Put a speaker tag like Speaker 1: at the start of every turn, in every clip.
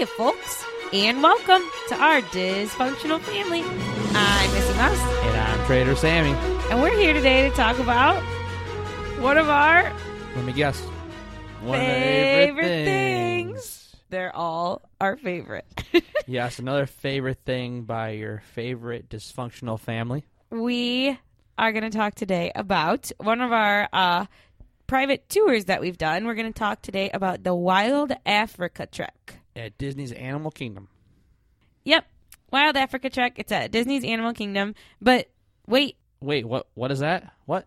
Speaker 1: you, folks, and welcome to our dysfunctional family. I'm Missy Mouse,
Speaker 2: And I'm Trader Sammy.
Speaker 1: and we're here today to talk about one of our
Speaker 2: Let me guess. One
Speaker 1: favorite things. They're all our favorite.
Speaker 2: Yes, another favorite thing by your favorite dysfunctional family.
Speaker 1: we are going to talk today about one of our uh, private tours that we've done. We're going to talk today about the Wild Africa Trek.
Speaker 2: At Disney's Animal Kingdom.
Speaker 1: Yep, Wild Africa Trek. It's at Disney's Animal Kingdom. But wait,
Speaker 2: Wait, what what is that? What?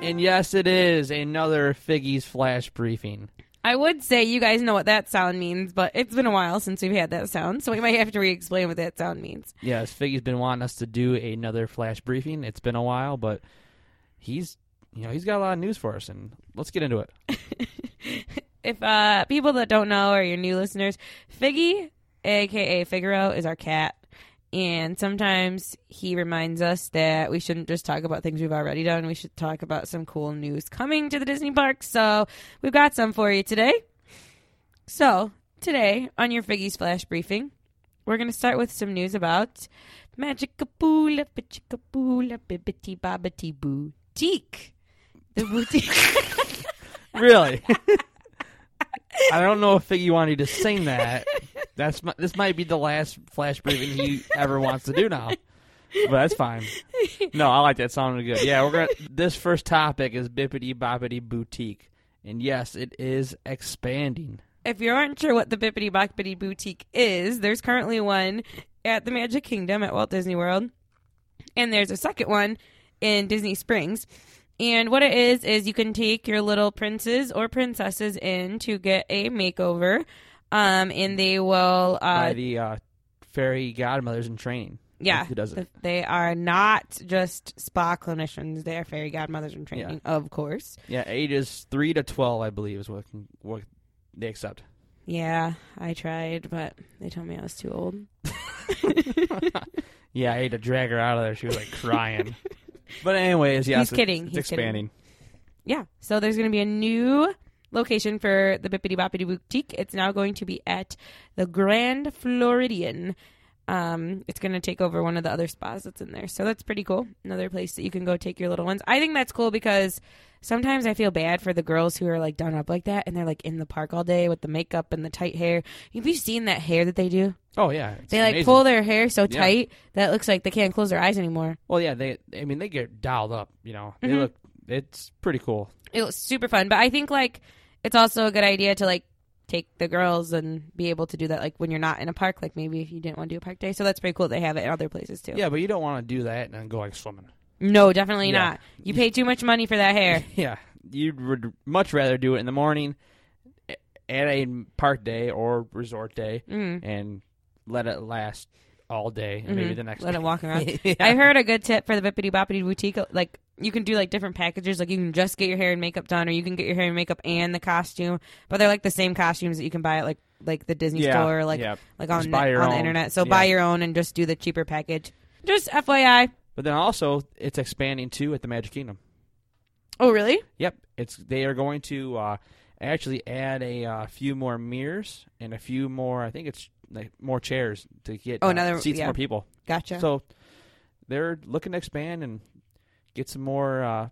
Speaker 2: And yes, it is another Figgy's flash briefing.
Speaker 1: I would say you guys know what that sound means, but it's been a while since we've had that sound, so we might have to re explain what that sound means.
Speaker 2: Yes, Figgy's been wanting us to do another flash briefing. It's been a while, but he's you know he's got a lot of news for us, and let's get into it.
Speaker 1: If uh, people that don't know or you're new listeners, Figgy, aka Figaro, is our cat. And sometimes he reminds us that we shouldn't just talk about things we've already done. We should talk about some cool news coming to the Disney parks. So we've got some for you today. So today on your Figgy's Flash Briefing, we're going to start with some news about Magicapoola, Pichicapoola, Bibbity Bobbity Boutique. The boutique.
Speaker 2: Really, I don't know if Figgy wanted to sing that. That's my, this might be the last flash briefing he ever wants to do now, but that's fine. No, I like that sounded good. Yeah, we're gonna. This first topic is Bippity Boppity Boutique, and yes, it is expanding.
Speaker 1: If you aren't sure what the Bippity Boppity Boutique is, there's currently one at the Magic Kingdom at Walt Disney World, and there's a second one in Disney Springs. And what it is is you can take your little princes or princesses in to get a makeover, um, and they will
Speaker 2: by
Speaker 1: uh,
Speaker 2: the uh, fairy godmothers in training.
Speaker 1: yeah,
Speaker 2: who does it?
Speaker 1: th- they are not just spa clinicians; they are fairy godmothers in training, of course.
Speaker 2: Yeah, ages three to twelve, I believe, is what, can, what they accept.
Speaker 1: Yeah, I tried, but they told me I was too old.
Speaker 2: Yeah, I had to drag her out of there. She was like crying. but anyways, yeah,
Speaker 1: He's
Speaker 2: it's-
Speaker 1: kidding,
Speaker 2: It's
Speaker 1: he's
Speaker 2: expanding.
Speaker 1: yeah. So there's going to be a new location for the Bippity Boppity Boutique. It's now going to be at the Grand Floridian. Um, it's going to take over one of the other spas that's in there. So that's pretty cool. Another place that you can go take your little ones. I think that's cool because sometimes I feel bad for the girls who are like done up like that and they're like in the park all day with the makeup and the tight hair. Have you seen that hair that they do?
Speaker 2: Oh yeah, it's
Speaker 1: They like
Speaker 2: amazing.
Speaker 1: pull their hair so
Speaker 2: Yeah.
Speaker 1: tight that it looks like they can't close their eyes anymore.
Speaker 2: Well, yeah, they. I mean, they get dialed up. You know, they
Speaker 1: Mhm.
Speaker 2: look. It's pretty cool.
Speaker 1: it was super fun. But I think like it's also a good idea to like take the girls and be able to do that like when you're not in a park. Like maybe if you didn't want to do a park day, so that's pretty cool. They have it in other places too.
Speaker 2: Yeah, but you don't want to do that and then go like swimming.
Speaker 1: No, definitely
Speaker 2: Yeah.
Speaker 1: not. You pay too much money for that hair.
Speaker 2: Yeah, you would much rather do it in the morning, a- at a park day or resort day,
Speaker 1: Mm.
Speaker 2: and let it last all day, and maybe the next.
Speaker 1: Mm-hmm. Let it walk around.
Speaker 2: Yeah.
Speaker 1: I heard a good tip for the Bippity Boppity Boutique. Like you can do like different packages. Like you can just get your hair and makeup done, or you can get your hair and makeup and the costume. But they're like the same costumes that you can buy at like like the Disney
Speaker 2: Yeah,
Speaker 1: store, or, like
Speaker 2: yeah.
Speaker 1: like on
Speaker 2: Just
Speaker 1: the,
Speaker 2: buy your
Speaker 1: on the
Speaker 2: own.
Speaker 1: internet. So buy
Speaker 2: Yeah.
Speaker 1: your own and just do the cheaper package. Just FYI.
Speaker 2: But then also, it's expanding too at the Magic Kingdom.
Speaker 1: Oh really?
Speaker 2: Yep, it's they are going to uh, actually add a uh, few more mirrors and a few more. I think it's like more chairs to get
Speaker 1: Oh,
Speaker 2: uh,
Speaker 1: another-
Speaker 2: seats
Speaker 1: yeah.
Speaker 2: more people.
Speaker 1: Gotcha.
Speaker 2: So they're looking to expand and get some more uh,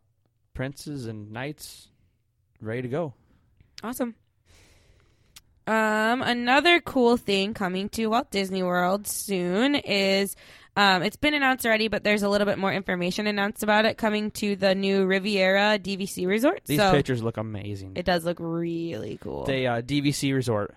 Speaker 2: princes and knights ready to go.
Speaker 1: Awesome. Um, another cool thing coming to Walt Disney World soon is, um, it's been announced already, but there's a little bit more information announced about it coming to the new Riviera DVC Resort.
Speaker 2: These
Speaker 1: so
Speaker 2: pictures look amazing.
Speaker 1: it does look really cool.
Speaker 2: They uh, DVC Resort.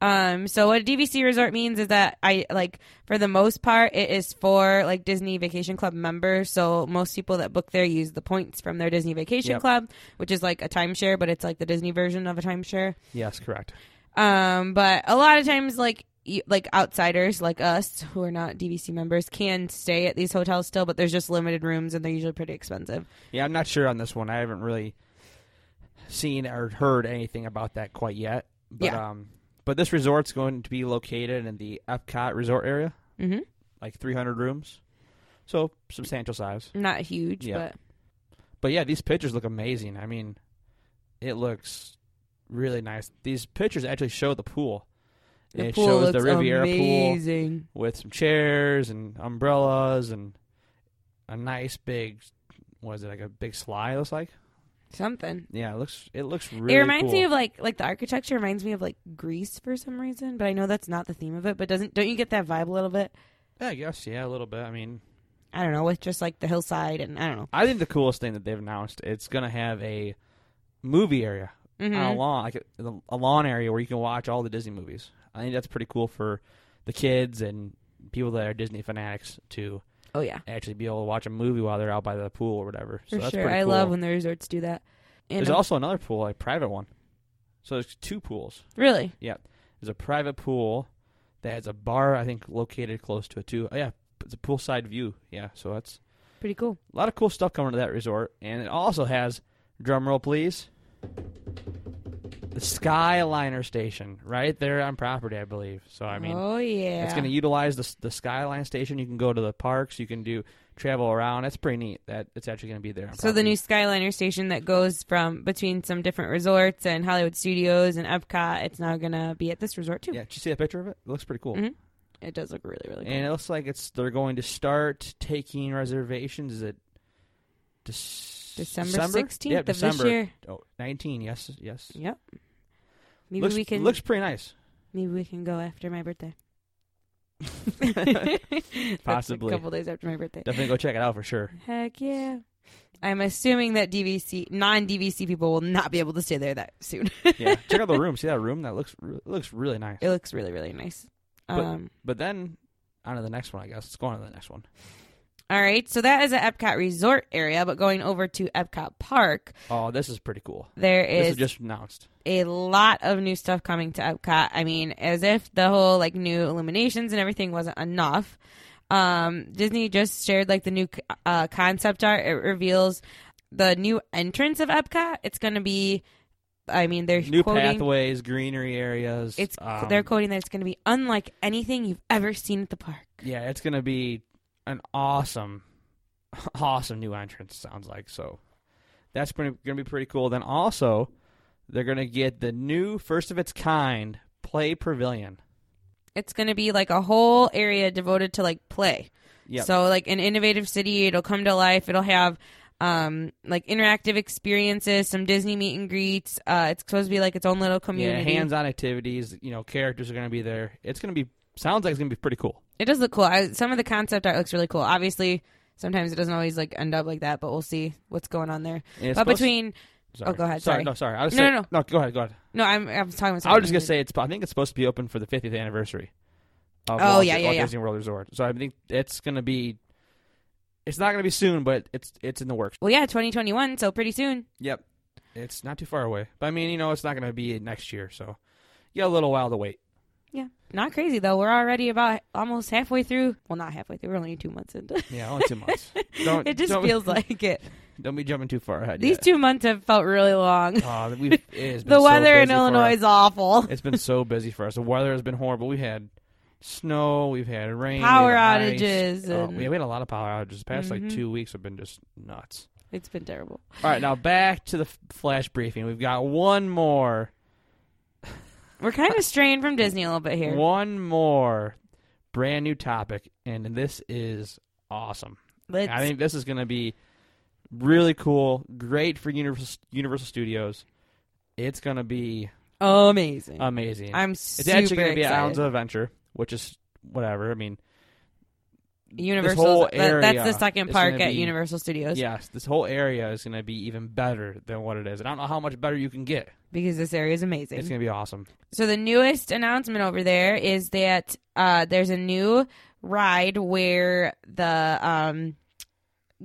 Speaker 1: Um, so what a DVC resort means is that I like for the most part it is for like Disney Vacation Club members. So most people that book there use the points from their Disney Vacation
Speaker 2: Yep.
Speaker 1: Club, which is like a timeshare, but it's like the Disney version of a timeshare.
Speaker 2: Yes, correct.
Speaker 1: Um, but a lot of times, like you, like outsiders like us who are not DVC members can stay at these hotels still, but there's just limited rooms and they're usually pretty expensive.
Speaker 2: Yeah, I'm not sure on this one. I haven't really seen or heard anything about that quite yet. But
Speaker 1: Yeah.
Speaker 2: um but this resort's going to be located in the Epcot resort area.
Speaker 1: Mhm.
Speaker 2: like 300 rooms, so substantial size.
Speaker 1: Not huge,
Speaker 2: Yeah. But yeah, these pictures look amazing. I mean, it looks really nice. These pictures actually show the pool.
Speaker 1: but the
Speaker 2: it
Speaker 1: pool
Speaker 2: shows
Speaker 1: looks
Speaker 2: the Riviera pool
Speaker 1: amazing.
Speaker 2: with some chairs and umbrellas and a nice big what is it like a big slide it looks like
Speaker 1: Something.
Speaker 2: yeah it looks it looks really
Speaker 1: it reminds me
Speaker 2: cool.
Speaker 1: of like like the architecture reminds me of like Greece for some reason, but I know that's not the theme of it. But doesn't don't you get that vibe a little bit?
Speaker 2: yeah, I guess yeah a little bit I mean
Speaker 1: I don't know with just like the hillside and I don't know.
Speaker 2: I think the coolest thing that they've announced it's gonna have a movie area
Speaker 1: Mhm.
Speaker 2: on a lawn like a, a lawn area where you can watch all the Disney movies I think that's pretty cool for the kids and people that are Disney fanatics to
Speaker 1: Oh yeah,
Speaker 2: actually be able to watch a movie while they're out by the pool or whatever
Speaker 1: for
Speaker 2: so that's
Speaker 1: sure.
Speaker 2: pretty
Speaker 1: I
Speaker 2: cool.
Speaker 1: love when the resorts do that. And
Speaker 2: There's
Speaker 1: um,
Speaker 2: also another pool, a private one. So there's two pools.
Speaker 1: really,
Speaker 2: There's a private pool that has a bar, I think, located close to it too. Oh, yeah, it's a poolside view. Yeah, so that's
Speaker 1: pretty cool.
Speaker 2: a lot of cool stuff coming to that resort, and it also has drum roll, please. The Skyliner station, right there on property, I believe. So I mean,
Speaker 1: oh yeah,
Speaker 2: it's going to utilize the the Skyline station. You can go to the parks. You can do travel around. That's pretty neat. That it's actually going to be there. On
Speaker 1: So the
Speaker 2: property.
Speaker 1: new Skyliner station that goes from between some different resorts and Hollywood Studios and Epcot, it's now gonna be at this resort too.
Speaker 2: yeah. Did you see a picture of it? It looks pretty cool.
Speaker 1: Mhm. It does look really really cool.
Speaker 2: And it looks like it's they're going to start taking reservations. Is it Dec-
Speaker 1: December sixteenth
Speaker 2: Yeah,
Speaker 1: of
Speaker 2: December
Speaker 1: this year.
Speaker 2: Oh, 19, Yes, yes.
Speaker 1: Yep. Maybe
Speaker 2: looks,
Speaker 1: we can
Speaker 2: looks pretty nice.
Speaker 1: maybe we can go after my birthday.
Speaker 2: Possibly.
Speaker 1: a couple days after my birthday.
Speaker 2: Definitely go check it out for sure.
Speaker 1: Heck yeah. I'm assuming that DVC non DVC people will not be able to stay there that soon.
Speaker 2: Yeah, check out the room. See that room? That looks re- looks really nice.
Speaker 1: It looks really really nice.
Speaker 2: But-
Speaker 1: Um
Speaker 2: But then on to the next one. I guess let's go on to the next one.
Speaker 1: all right, so that is an Epcot resort area, but going over to Epcot Park,
Speaker 2: Oh, this is pretty cool.
Speaker 1: there
Speaker 2: this
Speaker 1: is
Speaker 2: is just announced.
Speaker 1: a lot of new stuff coming to Epcot. I mean, as if the whole like new illuminations and everything wasn't enough. Um, Disney just shared like the new uh, concept art. It reveals the new entrance of Epcot. It's going to be, I mean, they're
Speaker 2: New
Speaker 1: quoting.
Speaker 2: pathways, greenery areas.
Speaker 1: It's
Speaker 2: um,
Speaker 1: they're quoting that it's going to be unlike anything you've ever seen at the park.
Speaker 2: yeah, it's gonna be an awesome, awesome new entrance. Sounds like so. That's gonna gonna be pretty cool. Then also, they're gonna get the new first of its kind play pavilion.
Speaker 1: It's going to be like a whole area devoted to like play.
Speaker 2: Yep.
Speaker 1: So like an innovative city, it'll come to life. It'll have um like interactive experiences, some Disney meet and greets. Uh it's supposed to be like its own little
Speaker 2: yeah,
Speaker 1: community.
Speaker 2: hands-on activities. You know, characters are gonna be there. It's gonna be sounds like it's gonna be pretty cool.
Speaker 1: It does look cool. I, some of the concept art looks really cool. Obviously, sometimes it doesn't always like end up like that, but we'll see what's going on there.
Speaker 2: And it's
Speaker 1: but
Speaker 2: supposed-
Speaker 1: between Oh,
Speaker 2: sorry.
Speaker 1: go ahead, sorry.
Speaker 2: no, sorry. I was
Speaker 1: No,
Speaker 2: saying-
Speaker 1: no, no.
Speaker 2: Go ahead. Go ahead.
Speaker 1: no, I'm I'm talking about
Speaker 2: I was just gonna say it's. I think it's supposed to be open for the 50th anniversary. Of
Speaker 1: Oh,
Speaker 2: Walt-
Speaker 1: yeah, yeah,
Speaker 2: Walt
Speaker 1: yeah.
Speaker 2: Disney World Resort. So I think it's gonna be. It's not gonna be soon, but it's it's in the works.
Speaker 1: Well, yeah, 2021, so pretty soon.
Speaker 2: Yep, it's not too far away. But I mean, you know, it's not gonna be next year, so you got a little while to wait.
Speaker 1: Yeah. Not crazy though. We're already about almost halfway through. Well, not halfway through. We're only 2 months into.
Speaker 2: Yeah, only two months. Don't-
Speaker 1: it just
Speaker 2: don't-
Speaker 1: feels like it.
Speaker 2: Don't be jumping too far ahead.
Speaker 1: These
Speaker 2: yet.
Speaker 1: two months have felt really long.
Speaker 2: Aw, we've, it has been
Speaker 1: the
Speaker 2: so
Speaker 1: weather in
Speaker 2: busy for us.
Speaker 1: Illinois is awful.
Speaker 2: It's been so busy for us. The weather has been horrible. We've had snow. We've had rain.
Speaker 1: Power
Speaker 2: we had ice.
Speaker 1: outages
Speaker 2: Oh,
Speaker 1: and-
Speaker 2: yeah, we had a lot of power outages. The past
Speaker 1: Mhm.
Speaker 2: like two weeks have been just nuts.
Speaker 1: It's been terrible.
Speaker 2: All right, now back to the f- flash briefing. We've got one more,
Speaker 1: We're kind of straying from Disney a little bit here.
Speaker 2: one more brand new topic, and this is awesome.
Speaker 1: Let's,
Speaker 2: I think this is going to be really cool, great for Universal, Universal Studios. It's going to be
Speaker 1: amazing.
Speaker 2: amazing.
Speaker 1: I'm
Speaker 2: it's
Speaker 1: super
Speaker 2: actually going
Speaker 1: excited.
Speaker 2: to be at Islands of Adventure, which is whatever. I mean,
Speaker 1: Universal.
Speaker 2: whole
Speaker 1: that- that's
Speaker 2: area
Speaker 1: the second
Speaker 2: is
Speaker 1: park
Speaker 2: gonna
Speaker 1: at
Speaker 2: be-
Speaker 1: Universal Studios
Speaker 2: yes, this whole area is going to be even better than what it is. And I don't know how much better you can get.
Speaker 1: because this area is amazing.
Speaker 2: It's going to be awesome.
Speaker 1: so the newest announcement over there is that uh, there's a new ride where the um,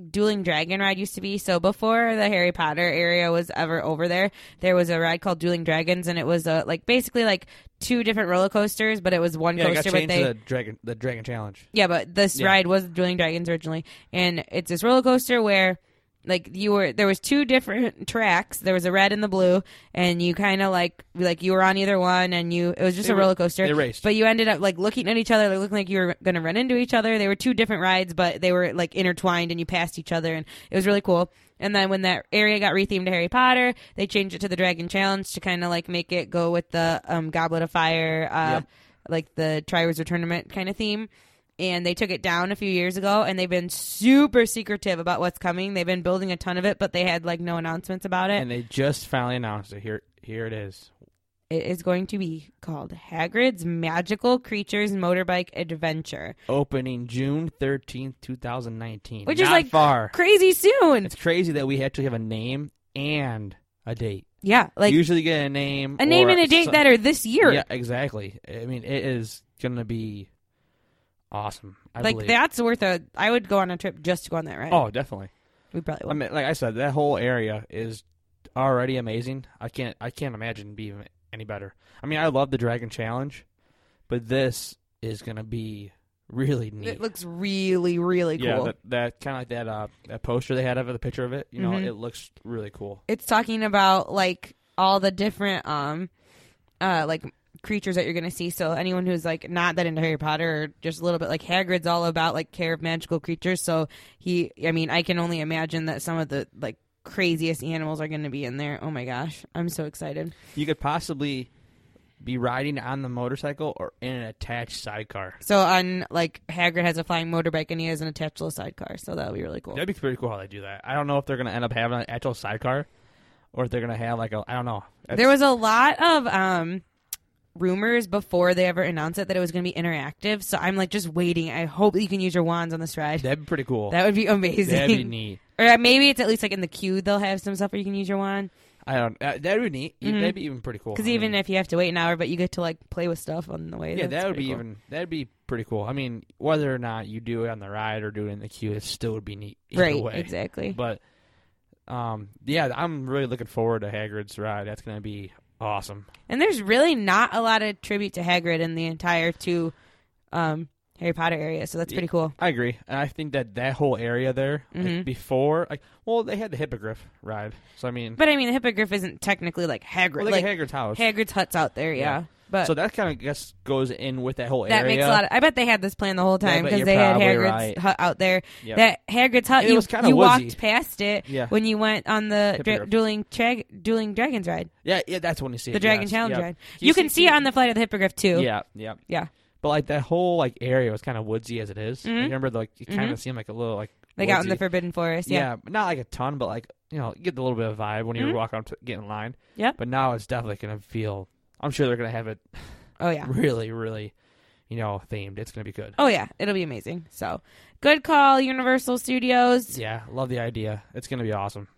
Speaker 1: Dueling Dragon ride used to be. So before the Harry Potter area was ever over there, there was a ride called Dueling Dragons, and it was a, like basically like two different roller coasters, but it was one
Speaker 2: Yeah, it got
Speaker 1: coaster. But
Speaker 2: changed
Speaker 1: they
Speaker 2: to the Dragon, the Dragon Challenge.
Speaker 1: Yeah, but this
Speaker 2: Yeah.
Speaker 1: ride was Dueling Dragons originally, and it's this roller coaster where like you were there was two different tracks. There was a red and the blue, and you kind of like like you were on either one, and you it was just
Speaker 2: They
Speaker 1: a
Speaker 2: were-
Speaker 1: roller coaster.
Speaker 2: they raced.
Speaker 1: but you ended up like looking at each other, like looking like you were gonna run into each other. They were two different rides, but they were like intertwined, and you passed each other, and it was really cool. And then when that area got rethemed to Harry Potter, they changed it to the Dragon Challenge to kind of like make it go with the um, Goblet of Fire, uh,
Speaker 2: Yep.
Speaker 1: like the Triwizard Tournament kind of theme and they took it down a few years ago and they've been super secretive about what's coming they've been building a ton of it but they had like no announcements about it
Speaker 2: and they just finally announced it. Here, here it is.
Speaker 1: it is going to be called hagrid's magical creatures motorbike adventure
Speaker 2: Opening June thirteenth, two thousand nineteen.
Speaker 1: Which
Speaker 2: Not
Speaker 1: is like-
Speaker 2: far.
Speaker 1: crazy soon
Speaker 2: It's crazy that we actually have a name and a date.
Speaker 1: yeah like
Speaker 2: Usually get a name,
Speaker 1: a name
Speaker 2: or
Speaker 1: and a date
Speaker 2: some-
Speaker 1: that are this year
Speaker 2: Yeah, exactly. I mean, it is gonna be awesome. I
Speaker 1: like
Speaker 2: believe.
Speaker 1: that's worth a i would go on a trip just to go on that ride
Speaker 2: Oh, definitely.
Speaker 1: we probably
Speaker 2: I
Speaker 1: would
Speaker 2: mean, like I said, that whole area is already amazing. I can't, I can't imagine being any better. I mean, I love the Dragon Challenge, but this is gonna be really neat.
Speaker 1: it looks really really cool
Speaker 2: yeah, that, that kind of like that uh, that poster they had of it, the picture of it. You know,
Speaker 1: Mhm.
Speaker 2: it looks really cool.
Speaker 1: it's talking about like all the different um uh like creatures that you're gonna see so anyone who's like not that into harry potter or just a little bit like hagrid's all about like care of magical creatures so he i mean i can only imagine that some of the like craziest animals are gonna be in there oh my gosh i'm so excited
Speaker 2: You could possibly be riding on the motorcycle or in an attached sidecar.
Speaker 1: so on like hagrid has a flying motorbike and he has an attached little sidecar so that'll be really cool
Speaker 2: That'd be pretty cool how they do that. I don't know if they're gonna end up having an actual sidecar, or if they're gonna have like a I don't know.
Speaker 1: There was a lot of um rumors before they ever announced it that it was going to be interactive. So I'm like just waiting. I hope that you can use your wands on this ride.
Speaker 2: that'd be pretty cool.
Speaker 1: That would be amazing.
Speaker 2: that'd be neat.
Speaker 1: Or uh, maybe it's at least like in the queue they'll have some stuff where you can use your wand.
Speaker 2: I don't. Uh, that'd be neat.
Speaker 1: Mhm.
Speaker 2: That'd be even pretty cool.
Speaker 1: Because
Speaker 2: I
Speaker 1: even
Speaker 2: mean,
Speaker 1: if you have to wait an hour, but you get to like play with stuff on the way.
Speaker 2: yeah,
Speaker 1: that's
Speaker 2: that would
Speaker 1: pretty
Speaker 2: be
Speaker 1: cool.
Speaker 2: even. That'd be pretty cool. I mean, whether or not you do it on the ride or do it in the queue, it still would be neat. Either
Speaker 1: right.
Speaker 2: Way.
Speaker 1: Exactly.
Speaker 2: But, um, yeah, I'm really looking forward to Hagrid's ride. That's gonna be awesome.
Speaker 1: And there's really not a lot of tribute to Hagrid in the entire two um, Harry Potter area, so that's
Speaker 2: Yeah.
Speaker 1: pretty cool.
Speaker 2: I agree, and I think that that whole area there like,
Speaker 1: Mhm.
Speaker 2: before, like, well, they had the hippogriff ride, so I mean,
Speaker 1: But I mean, the hippogriff isn't technically like Hagrid.
Speaker 2: well, they
Speaker 1: like
Speaker 2: got Hagrid's house.
Speaker 1: Hagrid's hut's out there, yeah.
Speaker 2: Yeah.
Speaker 1: But
Speaker 2: so that kind of guess goes in with that whole
Speaker 1: That
Speaker 2: area.
Speaker 1: makes a lot. Of, I bet they had this plan the whole
Speaker 2: Yeah,
Speaker 1: time
Speaker 2: but
Speaker 1: because
Speaker 2: you're
Speaker 1: they had
Speaker 2: probably
Speaker 1: Hagrid's
Speaker 2: right.
Speaker 1: hut out there.
Speaker 2: Yep.
Speaker 1: That Hagrid's hut.
Speaker 2: It
Speaker 1: you
Speaker 2: was kinda
Speaker 1: you
Speaker 2: woodsy.
Speaker 1: walked past it
Speaker 2: Yeah.
Speaker 1: when you went on the dra-
Speaker 2: Hippogriff.
Speaker 1: dueling tra- dueling dragons ride,
Speaker 2: yeah, yeah, that's when you see
Speaker 1: the
Speaker 2: it.
Speaker 1: dragon
Speaker 2: yes,
Speaker 1: challenge
Speaker 2: yep.
Speaker 1: ride. You, can see it on the flight of the hippogriff too.
Speaker 2: Yeah, yeah,
Speaker 1: Yeah.
Speaker 2: But like that whole like area was kind of woodsy as it is. I
Speaker 1: Mhm.
Speaker 2: remember like it kind of
Speaker 1: Mhm.
Speaker 2: seemed like a little like
Speaker 1: like out in the
Speaker 2: woodsy.
Speaker 1: Forbidden Forest.
Speaker 2: yeah.
Speaker 1: Yeah,
Speaker 2: but not like a ton, but like you know you get a little bit of vibe when you
Speaker 1: Mhm.
Speaker 2: walk out to get in line.
Speaker 1: Yep.
Speaker 2: But now it's definitely gonna feel. I'm sure they're gonna have it
Speaker 1: oh yeah,
Speaker 2: really, really, you know, themed. It's gonna be good.
Speaker 1: oh yeah, it'll be amazing. So good call, Universal Studios.
Speaker 2: Yeah, love the idea. It's gonna be awesome.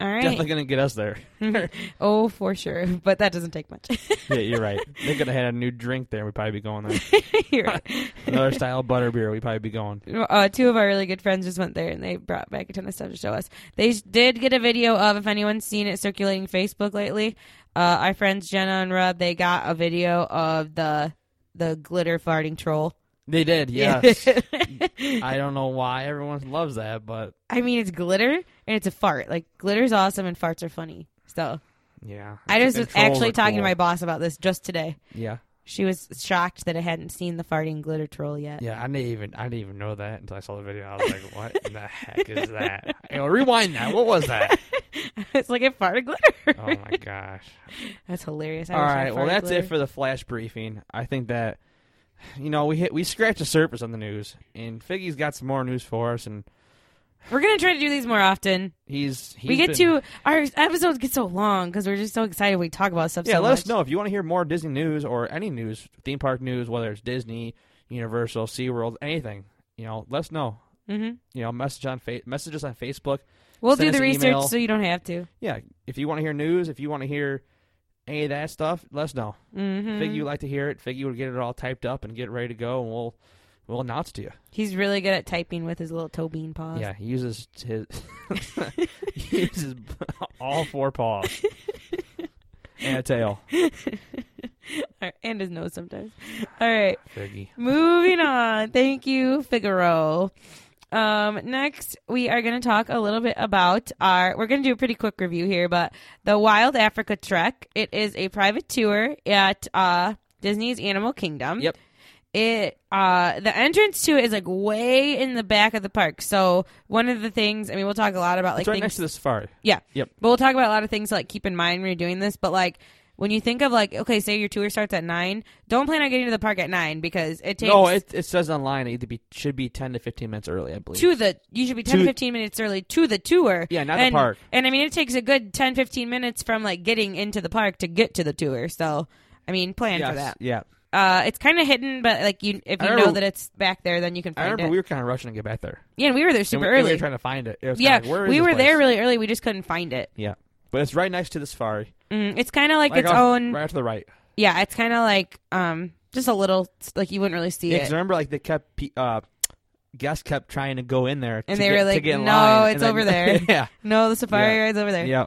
Speaker 1: All
Speaker 2: Definitely
Speaker 1: right,
Speaker 2: gonna get us there.
Speaker 1: oh for sure, but that doesn't take much.
Speaker 2: yeah, you're right. They could have had a new drink there. We'd probably be going there.
Speaker 1: You're right.
Speaker 2: Another style butter beer. We'd probably be going.
Speaker 1: uh, two of our really good friends just went there and they brought back a ton of stuff to show us. They s- did get a video of, if anyone's seen it circulating Facebook lately, uh, our friends Jenna and Rub, they got a video of the the glitter farting troll.
Speaker 2: They did. Yes.
Speaker 1: I
Speaker 2: I don't know why everyone loves that, but
Speaker 1: mean, it's glitter and it's a fart. Like, glitter's awesome and farts are funny. So,
Speaker 2: yeah.
Speaker 1: I just
Speaker 2: And
Speaker 1: was
Speaker 2: trolls
Speaker 1: actually
Speaker 2: are
Speaker 1: talking
Speaker 2: cool.
Speaker 1: to my boss about this just today.
Speaker 2: Yeah.
Speaker 1: She was shocked that I hadn't seen the farting glitter troll yet.
Speaker 2: Yeah, I didn't even I didn't even know that until I saw the video. I was like, "What in the heck is that?" Hey, well, rewind that. What was that?
Speaker 1: it's like it farted glitter.
Speaker 2: Oh my gosh!
Speaker 1: That's hilarious. I
Speaker 2: All
Speaker 1: wish I
Speaker 2: right, well
Speaker 1: farted
Speaker 2: that's
Speaker 1: glitter.
Speaker 2: it for the flash briefing. I think that you know we hit we scratched the surface on the news, and Figgy's got some more news for us, and
Speaker 1: We're gonna try to do these more often.
Speaker 2: he's, he's
Speaker 1: we get
Speaker 2: been-
Speaker 1: to our episodes get so long because we're just so excited we talk about stuff.
Speaker 2: yeah.
Speaker 1: so
Speaker 2: let us
Speaker 1: much.
Speaker 2: know if you want to hear more Disney news or any news, theme park news, whether it's Disney, Universal, SeaWorld, anything. You know, let us know.
Speaker 1: Mm-hmm.
Speaker 2: You know, message on fa- message us on Facebook.
Speaker 1: We'll
Speaker 2: Send
Speaker 1: do
Speaker 2: us
Speaker 1: the
Speaker 2: an
Speaker 1: research
Speaker 2: email.
Speaker 1: so you don't have to.
Speaker 2: yeah, if you want to hear news, if you want to hear any of that stuff, let us know.
Speaker 1: Mm-hmm.
Speaker 2: Figgy would like to hear it. Figgy would get it all typed up and get ready to go, and we'll we'll announce to you.
Speaker 1: He's really good at typing with his little toe bean paws.
Speaker 2: Yeah, he uses his he uses all four paws and a tail.
Speaker 1: Or- and his nose sometimes. All right,
Speaker 2: Figgy,
Speaker 1: moving on. Thank you, Figaro. Um, next, we are going to talk a little bit about our. We're going to do a pretty quick review here, but the Wild Africa Trek. It is a private tour at uh, Disney's Animal Kingdom.
Speaker 2: Yep.
Speaker 1: It uh the entrance to it is like way in the back of the park. So one of the things I mean we'll talk a lot about like
Speaker 2: It's right
Speaker 1: things
Speaker 2: next to the safari.
Speaker 1: yeah.
Speaker 2: Yep.
Speaker 1: But we'll talk about a lot of things to like keep in mind when you're doing this. But like when you think of like, okay, say your tour starts at nine, don't plan on getting to the park at nine because it takes
Speaker 2: No, it, it says online it be, should be 10 to 15 minutes early, I believe.
Speaker 1: to the you should be 10
Speaker 2: To-
Speaker 1: 15 minutes early to the tour
Speaker 2: Yeah, not the
Speaker 1: and,
Speaker 2: park.
Speaker 1: and i mean it takes a good 10 15 minutes from like getting into the park to get to the tour so i mean plan
Speaker 2: Yes,
Speaker 1: for that
Speaker 2: Yeah.
Speaker 1: uh it's kind of hidden but like you if
Speaker 2: I
Speaker 1: you know
Speaker 2: remember-
Speaker 1: that it's back there then you can
Speaker 2: I
Speaker 1: find
Speaker 2: remember
Speaker 1: it
Speaker 2: we were kind of rushing to get back there.
Speaker 1: yeah and we were there
Speaker 2: And
Speaker 1: super
Speaker 2: we- and
Speaker 1: early
Speaker 2: We were trying to find it. It was kinda
Speaker 1: yeah
Speaker 2: like, where is
Speaker 1: we
Speaker 2: this
Speaker 1: were
Speaker 2: place?
Speaker 1: there really early we just couldn't find it
Speaker 2: Yeah. But it's right next to the safari.
Speaker 1: mm, it's kind of like,
Speaker 2: Like
Speaker 1: its
Speaker 2: off-
Speaker 1: own
Speaker 2: Right off to the right.
Speaker 1: yeah it's kind of like um just a little like you wouldn't really see
Speaker 2: Yeah,
Speaker 1: it
Speaker 2: 'cause I remember like they kept pe- uh, guests kept trying to go in there, to
Speaker 1: they
Speaker 2: get-
Speaker 1: were
Speaker 2: to
Speaker 1: like,
Speaker 2: get in
Speaker 1: "No,
Speaker 2: line,"
Speaker 1: it's
Speaker 2: and then-
Speaker 1: over there.
Speaker 2: yeah,
Speaker 1: no the safari
Speaker 2: Yeah.
Speaker 1: ride's over there
Speaker 2: yeah,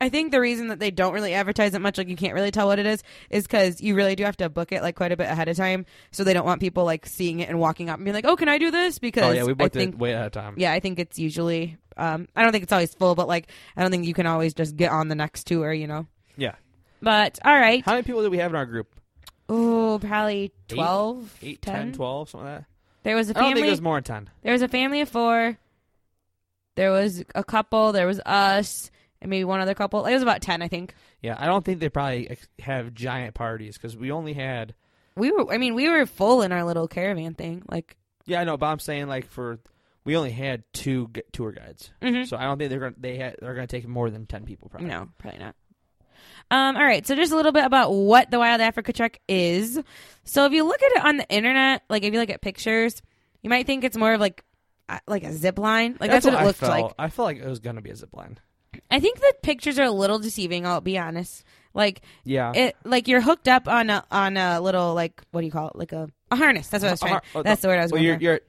Speaker 1: I think the reason that they don't really advertise it much, like you can't really tell what it is, is because you really do have to book it like quite a bit ahead of time. So they don't want people like seeing it and walking up and being like, "Oh, can I do this?" Because
Speaker 2: oh yeah. We booked
Speaker 1: I think,
Speaker 2: it way ahead of time.
Speaker 1: yeah, I think it's usually. Um, I don't think it's always full, but like I don't think you can always just get on the next tour, you know.
Speaker 2: Yeah.
Speaker 1: But all right,
Speaker 2: How many people did we have in our group?
Speaker 1: oh, probably twelve,
Speaker 2: Eight,
Speaker 1: 10?
Speaker 2: ten, twelve, something like that.
Speaker 1: There was a
Speaker 2: I don't think
Speaker 1: family.
Speaker 2: it was more than ten.
Speaker 1: there was a family of four. There was a couple. There was us and maybe one other couple. It was about ten, I think.
Speaker 2: Yeah, I don't think they probably ex- have giant parties because we only had.
Speaker 1: We were. I mean, we were full in our little caravan thing, like.
Speaker 2: Yeah, I know, but I'm saying like for we only had two gu- tour guides,
Speaker 1: Mhm.
Speaker 2: so I don't think they're gonna they ha- they're gonna take more than ten people. Probably.
Speaker 1: No, probably not. Um, all right, so just a little bit about what the Wild Africa Trek is. So if you look at it on the internet, like if you look at pictures, you might think it's more of like uh, like a zip line. Like that's, what it
Speaker 2: I
Speaker 1: looked
Speaker 2: felt.
Speaker 1: like.
Speaker 2: I felt like it was gonna be a zip line.
Speaker 1: I think the pictures are a little deceiving. I'll be honest. Like
Speaker 2: Yeah.
Speaker 1: it, like you're hooked up on a on a little like what do you call it? Like a, a harness. That's what I was
Speaker 2: A
Speaker 1: trying.
Speaker 2: har- oh,
Speaker 1: that's the word I was.
Speaker 2: well,
Speaker 1: going
Speaker 2: you're
Speaker 1: for.
Speaker 2: you're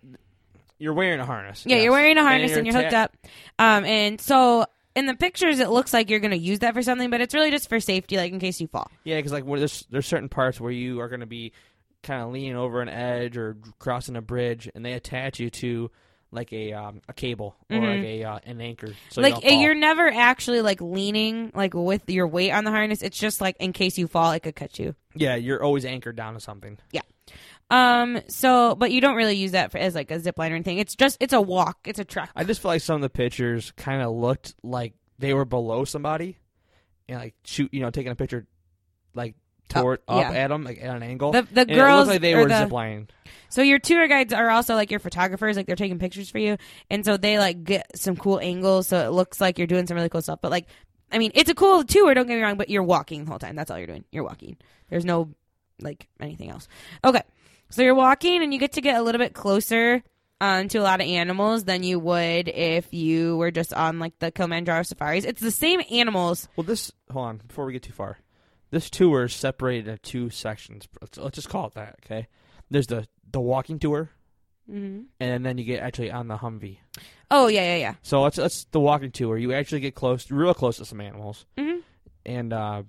Speaker 2: you're wearing a harness.
Speaker 1: Yeah,
Speaker 2: yes.
Speaker 1: you're wearing a harness and you're,
Speaker 2: ta-
Speaker 1: hooked up. Um, and so in the pictures, it looks like you're going to use that for something, but it's really just for safety, like in case you fall.
Speaker 2: Yeah, because like where there's there's certain parts where you are going to be kind of leaning over an edge or crossing a bridge, and they attach you to like a um, a cable or like a uh, an anchor. So you
Speaker 1: Mm-hmm. like
Speaker 2: don't fall.
Speaker 1: you're never actually like leaning like with your weight on the harness. It's just like in case you fall, it could cut you.
Speaker 2: yeah, you're always anchored down to something.
Speaker 1: Um. So, but you don't really use that for, as like a zip line or anything. It's just it's a walk. It's a trek.
Speaker 2: I just feel like some of the pictures kind of looked like they were below somebody and like shoot, you know, taking a picture like
Speaker 1: Up,
Speaker 2: toward up,
Speaker 1: Oh, yeah.
Speaker 2: at them like at an angle.
Speaker 1: The the
Speaker 2: And it
Speaker 1: girls
Speaker 2: looked like they
Speaker 1: or
Speaker 2: were
Speaker 1: the,
Speaker 2: ziplining.
Speaker 1: so your tour guides are also like your photographers. Like they're taking pictures for you, and so they like get some cool angles. So it looks like you're doing some really cool stuff. But like, I mean, it's a cool tour. Don't get me wrong, but you're walking the whole time. That's all you're doing. You're walking. There's no like anything else. Okay. So you're walking and you get to get a little bit closer um, to a lot of animals than you would if you were just on like the Kilimanjaro safaris. It's the same animals.
Speaker 2: Well, this hold on before we get too far. This tour is separated into two sections. Let's, let's just call it that, okay? There's the the walking tour,
Speaker 1: Mm-hmm.
Speaker 2: and then you get actually on the Humvee.
Speaker 1: Oh yeah, yeah,
Speaker 2: So that's that's the walking tour. You actually get close, real close to some animals,
Speaker 1: yeah. hmm
Speaker 2: and uh,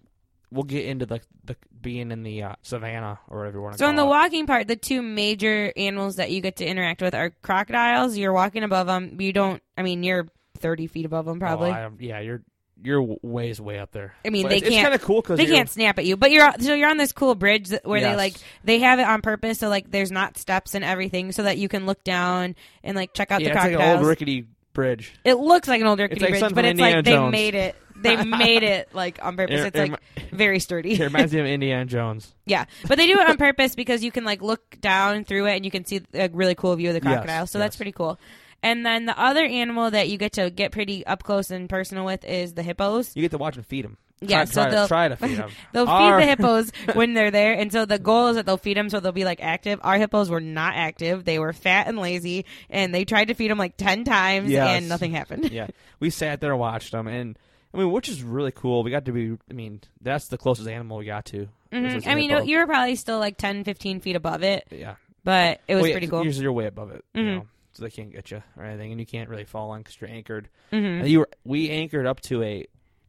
Speaker 2: we'll get into the the being in the uh, savannah or whatever you want to
Speaker 1: So
Speaker 2: call
Speaker 1: in the
Speaker 2: it.
Speaker 1: walking part, the two major animals that you get to interact with are crocodiles. You're walking above them. You don't. I mean, you're 30 feet above them,
Speaker 2: Oh,
Speaker 1: probably.
Speaker 2: I- yeah, you're you're w- ways way up there.
Speaker 1: I mean,
Speaker 2: But
Speaker 1: they
Speaker 2: it's, It's
Speaker 1: can't-
Speaker 2: kind of cool because
Speaker 1: they can't snap at you, but you're so you're on this cool bridge that, where they
Speaker 2: Yes.
Speaker 1: like they have it on purpose. So like, there's not steps and everything, so that you can look down and like check out
Speaker 2: Yeah,
Speaker 1: the
Speaker 2: it's like
Speaker 1: crocodiles.
Speaker 2: an old rickety bridge.
Speaker 1: It looks like an old rickety
Speaker 2: like
Speaker 1: bridge,
Speaker 2: something
Speaker 1: but
Speaker 2: from
Speaker 1: it's like
Speaker 2: Indiana
Speaker 1: they
Speaker 2: Jones.
Speaker 1: made it. They made it like on purpose.
Speaker 2: It-
Speaker 1: It's
Speaker 2: it
Speaker 1: like very sturdy.
Speaker 2: It reminds me of Indiana Jones.
Speaker 1: Yeah, but they do it on purpose because you can like look down through it and you can see a really cool view of the
Speaker 2: Yes,
Speaker 1: crocodile. so that's
Speaker 2: yes.
Speaker 1: pretty cool. And then the other animal that you get to get pretty up close and personal with is the hippos.
Speaker 2: You get to watch them feed them.
Speaker 1: Yeah,
Speaker 2: try,
Speaker 1: so
Speaker 2: try
Speaker 1: they'll-
Speaker 2: to, try to feed them.
Speaker 1: They'll
Speaker 2: Our-
Speaker 1: feed the hippos when they're there, and so the goal is that they'll feed them so they'll be like active. Our hippos were not active; they were fat and lazy, and they tried to feed them like ten times,
Speaker 2: Yes.
Speaker 1: and nothing happened.
Speaker 2: yeah, we sat there and watched them, and I mean, which is really cool. We got to be. I mean, that's the closest animal we got to.
Speaker 1: Mhm.
Speaker 2: was a
Speaker 1: I mean,
Speaker 2: hippo.
Speaker 1: you were probably still like 10, 15 feet above it,
Speaker 2: Yeah,
Speaker 1: but it was
Speaker 2: Well, Oh, yeah,
Speaker 1: pretty cool.
Speaker 2: Usually, you're way above it, you
Speaker 1: Mhm.
Speaker 2: know, so they can't get you or anything, and you can't really fall on because you're anchored.
Speaker 1: Mhm.
Speaker 2: And you were we anchored up to a,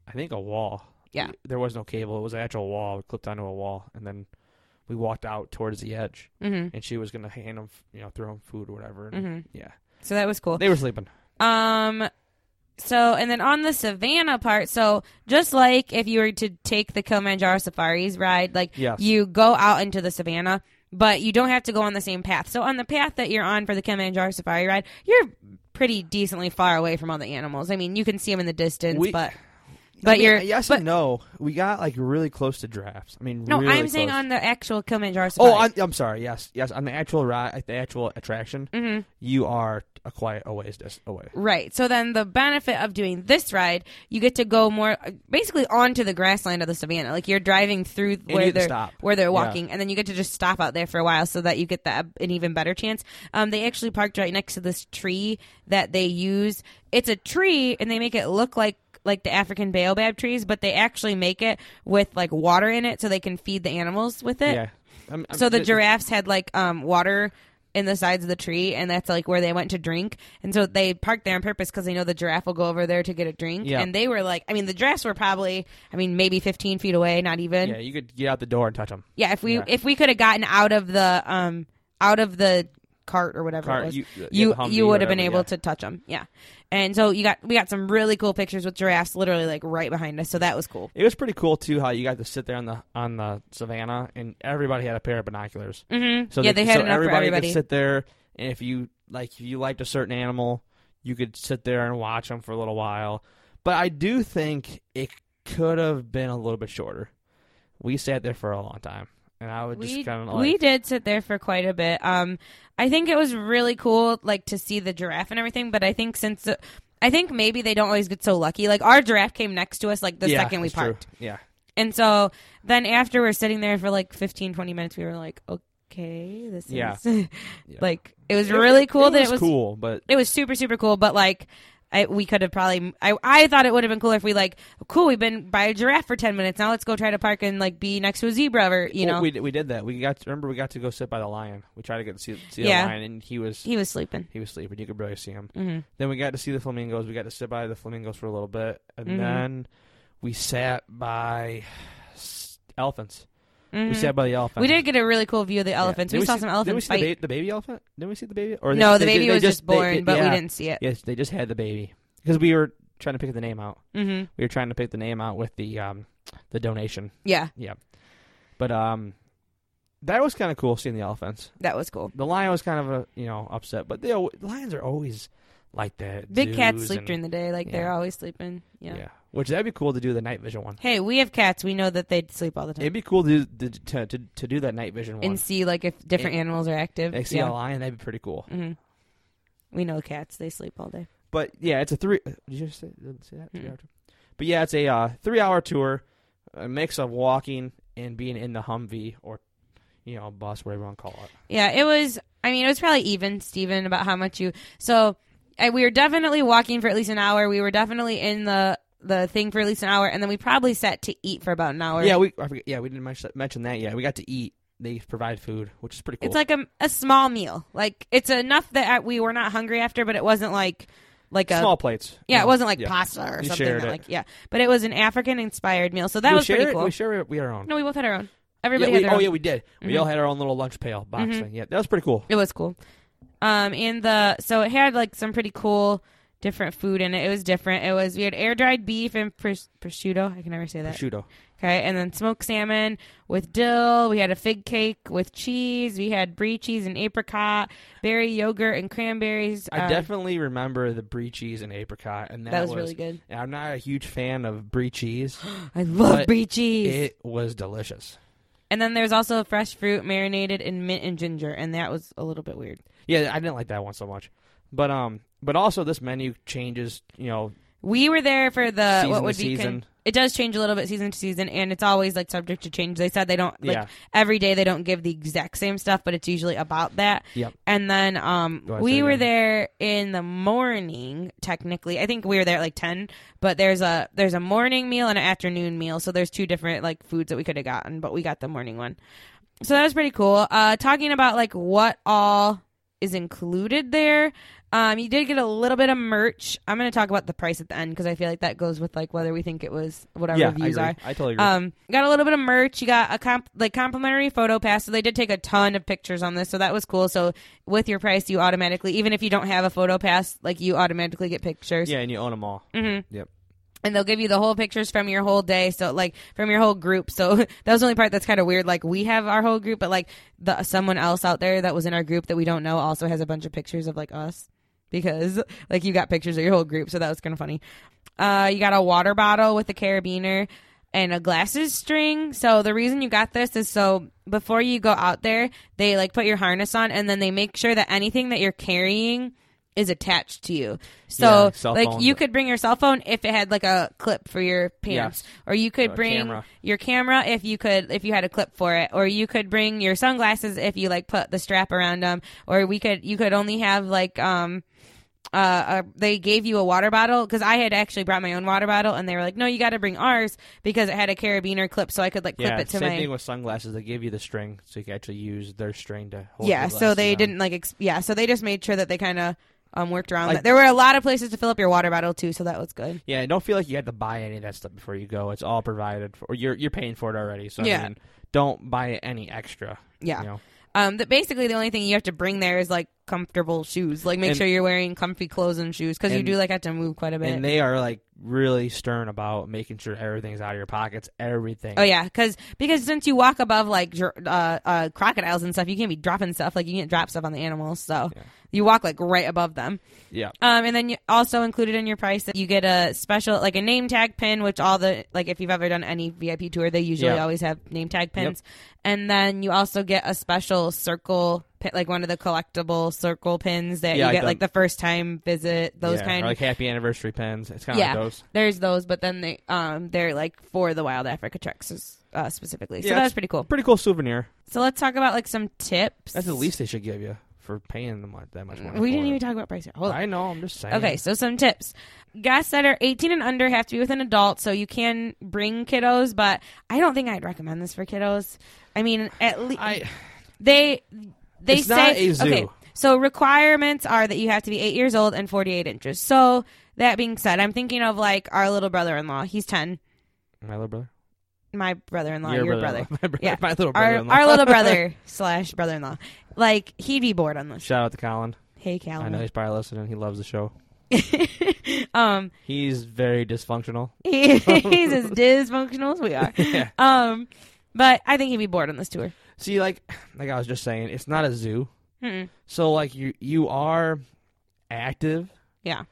Speaker 2: I think a wall.
Speaker 1: Yeah.
Speaker 2: We- there was no cable. It was an actual wall. We clipped onto a wall, and then we walked out towards the edge,
Speaker 1: Mhm.
Speaker 2: and she was gonna hand them, you know, throw them food or whatever. and-
Speaker 1: Mhm.
Speaker 2: Yeah,
Speaker 1: So that was cool.
Speaker 2: They were sleeping.
Speaker 1: Um so and then on the savannah part, so just like if you were to take the Kilimanjaro Safaris ride, like
Speaker 2: Yes.
Speaker 1: you go out into the savannah, but you don't have to go on the same path. So on the path that you're on for the Kilimanjaro Safari ride, you're pretty decently far away from all the animals. I mean, you can see them in the distance,
Speaker 2: We-
Speaker 1: but
Speaker 2: I
Speaker 1: but
Speaker 2: mean,
Speaker 1: you're
Speaker 2: yes
Speaker 1: but
Speaker 2: and no. We got like really close to drafts. I mean,
Speaker 1: no,
Speaker 2: really
Speaker 1: I'm saying
Speaker 2: close.
Speaker 1: on the actual Kilimanjaro Safari.
Speaker 2: Oh, I'm, I'm sorry. Yes, yes. On the actual ride, at the actual attraction,
Speaker 1: Mhm.
Speaker 2: you are a quite a ways dis- away.
Speaker 1: Right. So then the benefit of doing this ride, you get to go more basically onto the grassland of the savannah. Like you're driving through
Speaker 2: you
Speaker 1: where
Speaker 2: get to
Speaker 1: they're
Speaker 2: stop.
Speaker 1: where they're
Speaker 2: Yeah.
Speaker 1: walking, and then you get to just stop out there for a while so that you get that an even better chance. Um, they actually parked right next to this tree that they use. It's a tree, and they make it look like like the African baobab trees, but they actually make it with like water in it so they can feed the animals with it.
Speaker 2: Yeah. I'm, I'm-
Speaker 1: Eh. So the
Speaker 2: th-
Speaker 1: giraffes had like um water in the sides of the tree, and that's like where they went to drink. And so they parked there on purpose because they know the giraffe will go over there to get a drink.
Speaker 2: Yeah.
Speaker 1: And they were like, I mean, the giraffes were probably, I mean, maybe 15 feet away, not even.
Speaker 2: Yeah,
Speaker 1: Yeah.
Speaker 2: you could get out the door and touch them.
Speaker 1: if we
Speaker 2: Yeah.
Speaker 1: if we could have gotten out of the um out of the cart or whatever
Speaker 2: Cart,
Speaker 1: it was,
Speaker 2: you- yeah,
Speaker 1: you
Speaker 2: the Humvee,
Speaker 1: you would have
Speaker 2: whatever,
Speaker 1: been able
Speaker 2: yeah.
Speaker 1: to touch them. Yeah. And so you got we got some really cool pictures with giraffes literally like right behind us. So that was cool.
Speaker 2: It was pretty cool too how you got to sit there on the on the savannah and everybody had a pair of binoculars.
Speaker 1: Mm-hmm.
Speaker 2: So
Speaker 1: yeah,
Speaker 2: they,
Speaker 1: they, had
Speaker 2: so
Speaker 1: enough
Speaker 2: everybody,
Speaker 1: for everybody.
Speaker 2: could sit there and if you like if you liked a certain animal, you could sit there and watch them for a little while. But I do think it could have been a little bit shorter. We sat there for a long time, and I would just kind of like
Speaker 1: we did sit there for quite a bit. Um, I think it was really cool, like to see the giraffe and everything. But I think since the, I think maybe they don't always get so lucky. Like our giraffe came next to us like the
Speaker 2: Yeah,
Speaker 1: second we
Speaker 2: that's true.
Speaker 1: parked,
Speaker 2: Yeah,
Speaker 1: and so then after we're sitting there for like 15, 20 minutes, we were like, okay, this
Speaker 2: Yeah.
Speaker 1: is
Speaker 2: Yeah.
Speaker 1: like it was really cool that it was
Speaker 2: cool, but
Speaker 1: it was super super cool but like I, we could have probably I, I thought it would have been cooler if we like cool we've been by a giraffe for 10 minutes now let's go try to park and like be next to a zebra or you
Speaker 2: well,
Speaker 1: know
Speaker 2: we we did that. We got to, remember we got to go sit by the lion. We tried to get to see see
Speaker 1: Yeah.
Speaker 2: the lion, and he was
Speaker 1: he was sleeping
Speaker 2: he was sleeping. You could barely see him.
Speaker 1: hmm
Speaker 2: Then we got to see the flamingos. We got to sit by the flamingos for a little bit, and
Speaker 1: Mhm.
Speaker 2: then we sat by s- elephants. We
Speaker 1: Mhm.
Speaker 2: sat by the elephants.
Speaker 1: We did get a really cool view of the
Speaker 2: Yeah.
Speaker 1: elephants.
Speaker 2: Did
Speaker 1: We, saw
Speaker 2: see-
Speaker 1: some
Speaker 2: Did we
Speaker 1: elephants
Speaker 2: see the,
Speaker 1: fight.
Speaker 2: ba- the baby elephant? Did we see the baby? Or
Speaker 1: no,
Speaker 2: they-
Speaker 1: the
Speaker 2: they-
Speaker 1: baby
Speaker 2: they
Speaker 1: was just
Speaker 2: they-
Speaker 1: born,
Speaker 2: they-
Speaker 1: but we
Speaker 2: yeah.
Speaker 1: didn't see it.
Speaker 2: Yes, they just had the baby because we were trying to pick the name out.
Speaker 1: hmm
Speaker 2: We were trying to pick the name out with the um the donation.
Speaker 1: Yeah,
Speaker 2: But um, that was kind of cool seeing the elephants.
Speaker 1: that was cool.
Speaker 2: The lion was kind of a you know upset, but the lions are always like that.
Speaker 1: Big cats sleep during the day, like they're
Speaker 2: yeah.
Speaker 1: always sleeping. Yeah.
Speaker 2: Which that'd be cool to do the night vision one.
Speaker 1: Hey, we have cats. We know that they sleep all the time
Speaker 2: It'd be cool to do, to, to to do that night vision one.
Speaker 1: and see like if different
Speaker 2: And-
Speaker 1: animals are active.
Speaker 2: Like see
Speaker 1: yeah.
Speaker 2: a lion, that'd be pretty cool.
Speaker 1: hmm We know cats. They sleep all day.
Speaker 2: But yeah, it's a three. uh, Did you say, did say that?
Speaker 1: Mm-mm.
Speaker 2: Three hour tour? But yeah, it's a uh, three-hour tour, a mix of walking and being in the Humvee or you know bus, whatever you want to call it.
Speaker 1: Yeah, it was. I mean, it was probably even, Steven, about how much you. So I, we were definitely walking for at least an hour. We were definitely in the the thing for at least an hour, and then we probably sat to eat for about an hour.
Speaker 2: Yeah, we I forget, yeah we didn't mention mention that yet. We got to eat. They provide food, which is pretty cool.
Speaker 1: It's like a, a small meal. Like it's enough that uh, we were not hungry after, but it wasn't like like a
Speaker 2: small plates.
Speaker 1: yeah, it wasn't like
Speaker 2: Yeah.
Speaker 1: pasta or
Speaker 2: You
Speaker 1: something.
Speaker 2: shared
Speaker 1: that,
Speaker 2: it.
Speaker 1: Like yeah, but it was an African inspired meal, so that
Speaker 2: we
Speaker 1: was
Speaker 2: share
Speaker 1: pretty
Speaker 2: it?
Speaker 1: cool.
Speaker 2: We share it. We had our own.
Speaker 1: no, we both had our own. Everybody
Speaker 2: Yeah,
Speaker 1: had
Speaker 2: we-
Speaker 1: their
Speaker 2: oh
Speaker 1: own.
Speaker 2: yeah, we did. We
Speaker 1: Mhm.
Speaker 2: all had our own little lunch pail box
Speaker 1: Mhm.
Speaker 2: thing. Yeah, that was pretty cool.
Speaker 1: It was cool. Um, and the so it had like some pretty cool different food in it. It was different. It was we had air dried beef and pros- prosciutto. I can never say that.
Speaker 2: Prosciutto.
Speaker 1: Okay, and then smoked salmon with dill. We had a fig cake with cheese. We had brie cheese and apricot, berry yogurt and cranberries.
Speaker 2: I
Speaker 1: Um,
Speaker 2: definitely remember the brie cheese and apricot, and that,
Speaker 1: that was, really good.
Speaker 2: and I'm not a huge fan of brie cheese.
Speaker 1: I love
Speaker 2: But
Speaker 1: brie cheese.
Speaker 2: it was delicious.
Speaker 1: and then there's also fresh fruit marinated in mint and ginger, and that was a little bit weird.
Speaker 2: Yeah, I didn't like that one so much, but um, but also this menu changes. You know,
Speaker 1: We were there for the
Speaker 2: Season
Speaker 1: what
Speaker 2: to
Speaker 1: would be
Speaker 2: season.
Speaker 1: it does change a little bit season to season, and it's always like subject to change. They said they don't like
Speaker 2: yeah,
Speaker 1: every day they don't give the exact same stuff, but it's usually about that.
Speaker 2: Yep.
Speaker 1: And then um,
Speaker 2: Go ahead, say
Speaker 1: we
Speaker 2: it
Speaker 1: were
Speaker 2: again.
Speaker 1: there in the morning. Technically, I think we were there at like ten. But there's a there's a morning meal and an afternoon meal, so there's two different like foods that we could have gotten, but we got the morning one. So that was pretty cool. Uh, talking about like what all is included there. Um, you did get a little bit of merch. I'm going to talk about the price at the end because I feel like that goes with like whether we think it was what our
Speaker 2: yeah,
Speaker 1: reviews
Speaker 2: I
Speaker 1: are.
Speaker 2: agree. I totally agree.
Speaker 1: Um, got a little bit of merch. You got a comp- like complimentary photo pass. So they did take a ton of pictures on this, so that was cool. So with your price, you automatically, even if you don't have a photo pass, like you automatically get pictures.
Speaker 2: yeah, and you own them all.
Speaker 1: Mm-hmm.
Speaker 2: Yep.
Speaker 1: And they'll give you the whole pictures from your whole day, so like from your whole group. So that was the only part that's kind of weird. Like we have our whole group, but like the someone else out there that was in our group that we don't know also has a bunch of pictures of like us because like you got pictures of your whole group, so that was kind of funny. Uh, you got a water bottle with a carabiner and a glasses string. So the reason you got this is so before you go out there, they like put your harness on and then they make sure that anything that you're carrying is attached to you.
Speaker 2: Yeah,
Speaker 1: So
Speaker 2: cell
Speaker 1: like
Speaker 2: phones.
Speaker 1: you could bring your cell phone if it had like a clip for your pants or you could
Speaker 2: A
Speaker 1: bring
Speaker 2: camera.
Speaker 1: your camera if you could if you had a clip for it or you could bring your sunglasses if you like put the strap around them or we could you could only have like um uh, uh they gave you a water bottle because I had actually brought my own water bottle and they were like no you got to bring ours because it had a carabiner clip so I could like clip
Speaker 2: Yeah,
Speaker 1: it to
Speaker 2: same
Speaker 1: my
Speaker 2: thing with sunglasses. They give you the string, so you can actually use their string to hold.
Speaker 1: yeah
Speaker 2: your
Speaker 1: so
Speaker 2: glasses
Speaker 1: they
Speaker 2: on.
Speaker 1: didn't like ex- yeah so they just made sure that they kind of um worked around
Speaker 2: Like-
Speaker 1: that there were a lot of places to fill up your water bottle too so that was good
Speaker 2: Yeah, and don't feel like you had to buy any of that stuff before you go. It's all provided for. Or you're you're paying for it already. So
Speaker 1: Yeah.
Speaker 2: I mean, don't buy any extra.
Speaker 1: yeah
Speaker 2: You know?
Speaker 1: Um, that basically the only thing you have to bring there is like comfortable shoes. Like make
Speaker 2: And-
Speaker 1: sure you're wearing comfy clothes and shoes because you
Speaker 2: and-
Speaker 1: do like have to move quite a bit.
Speaker 2: And they are like really stern about making sure everything's out of your pockets. Everything.
Speaker 1: oh yeah, because because since you walk above like dr- uh, uh, crocodiles and stuff, you can't be dropping stuff. Like you can't drop stuff on the animals, so
Speaker 2: Yeah.
Speaker 1: you walk like right above them.
Speaker 2: Yeah.
Speaker 1: Um, and then you also included in your price that you get a special like a name tag pin, which all the like if you've ever done any VIP tour, they usually
Speaker 2: Yeah.
Speaker 1: always have name tag pins. And then you also get a special circle pin, like one of the collectible circle pins that
Speaker 2: Yeah,
Speaker 1: you
Speaker 2: like
Speaker 1: get
Speaker 2: the-
Speaker 1: like the first time visit, those
Speaker 2: Yeah,
Speaker 1: kind.
Speaker 2: or
Speaker 1: of
Speaker 2: like happy anniversary pins. It's kind of
Speaker 1: Yeah.
Speaker 2: like those.
Speaker 1: There's those, but then they um they're like for the Wild Africa treks uh, specifically. So
Speaker 2: Yeah,
Speaker 1: that
Speaker 2: it's-
Speaker 1: was pretty cool.
Speaker 2: Pretty cool souvenir.
Speaker 1: So let's talk about like some tips.
Speaker 2: That's the least they should give you for paying them that much money.
Speaker 1: We
Speaker 2: for
Speaker 1: didn't
Speaker 2: it.
Speaker 1: even talk about price. here. Hold on.
Speaker 2: I know. I'm just saying.
Speaker 1: Okay, so some tips. Guests that are 18 and under have to be with an adult, so you can bring kiddos, but I don't think I'd recommend this for kiddos. I mean, at least
Speaker 2: I
Speaker 1: they they
Speaker 2: It's
Speaker 1: say
Speaker 2: not a zoo.
Speaker 1: okay. So requirements are that you have to be 8 years old and 48 inches. So that being said, I'm thinking of like our little brother-in-law. He's 10.
Speaker 2: my little brother.
Speaker 1: My brother-in-law, your, brother.
Speaker 2: My brother.
Speaker 1: Yeah.
Speaker 2: My little brother.
Speaker 1: Our, our little brother slash brother-in-law. Like he'd be bored on this.
Speaker 2: Shout out to Colin.
Speaker 1: Hey,
Speaker 2: I know
Speaker 1: Calvin.
Speaker 2: he's probably listening. He loves the show.
Speaker 1: um,
Speaker 2: He's very dysfunctional.
Speaker 1: he's as dysfunctional as we are.
Speaker 2: Yeah.
Speaker 1: Um, but I think he'd be bored on this tour.
Speaker 2: See, like, like I was just saying, it's not a zoo.
Speaker 1: Mm-mm.
Speaker 2: So, like, you you are active.
Speaker 1: Yeah.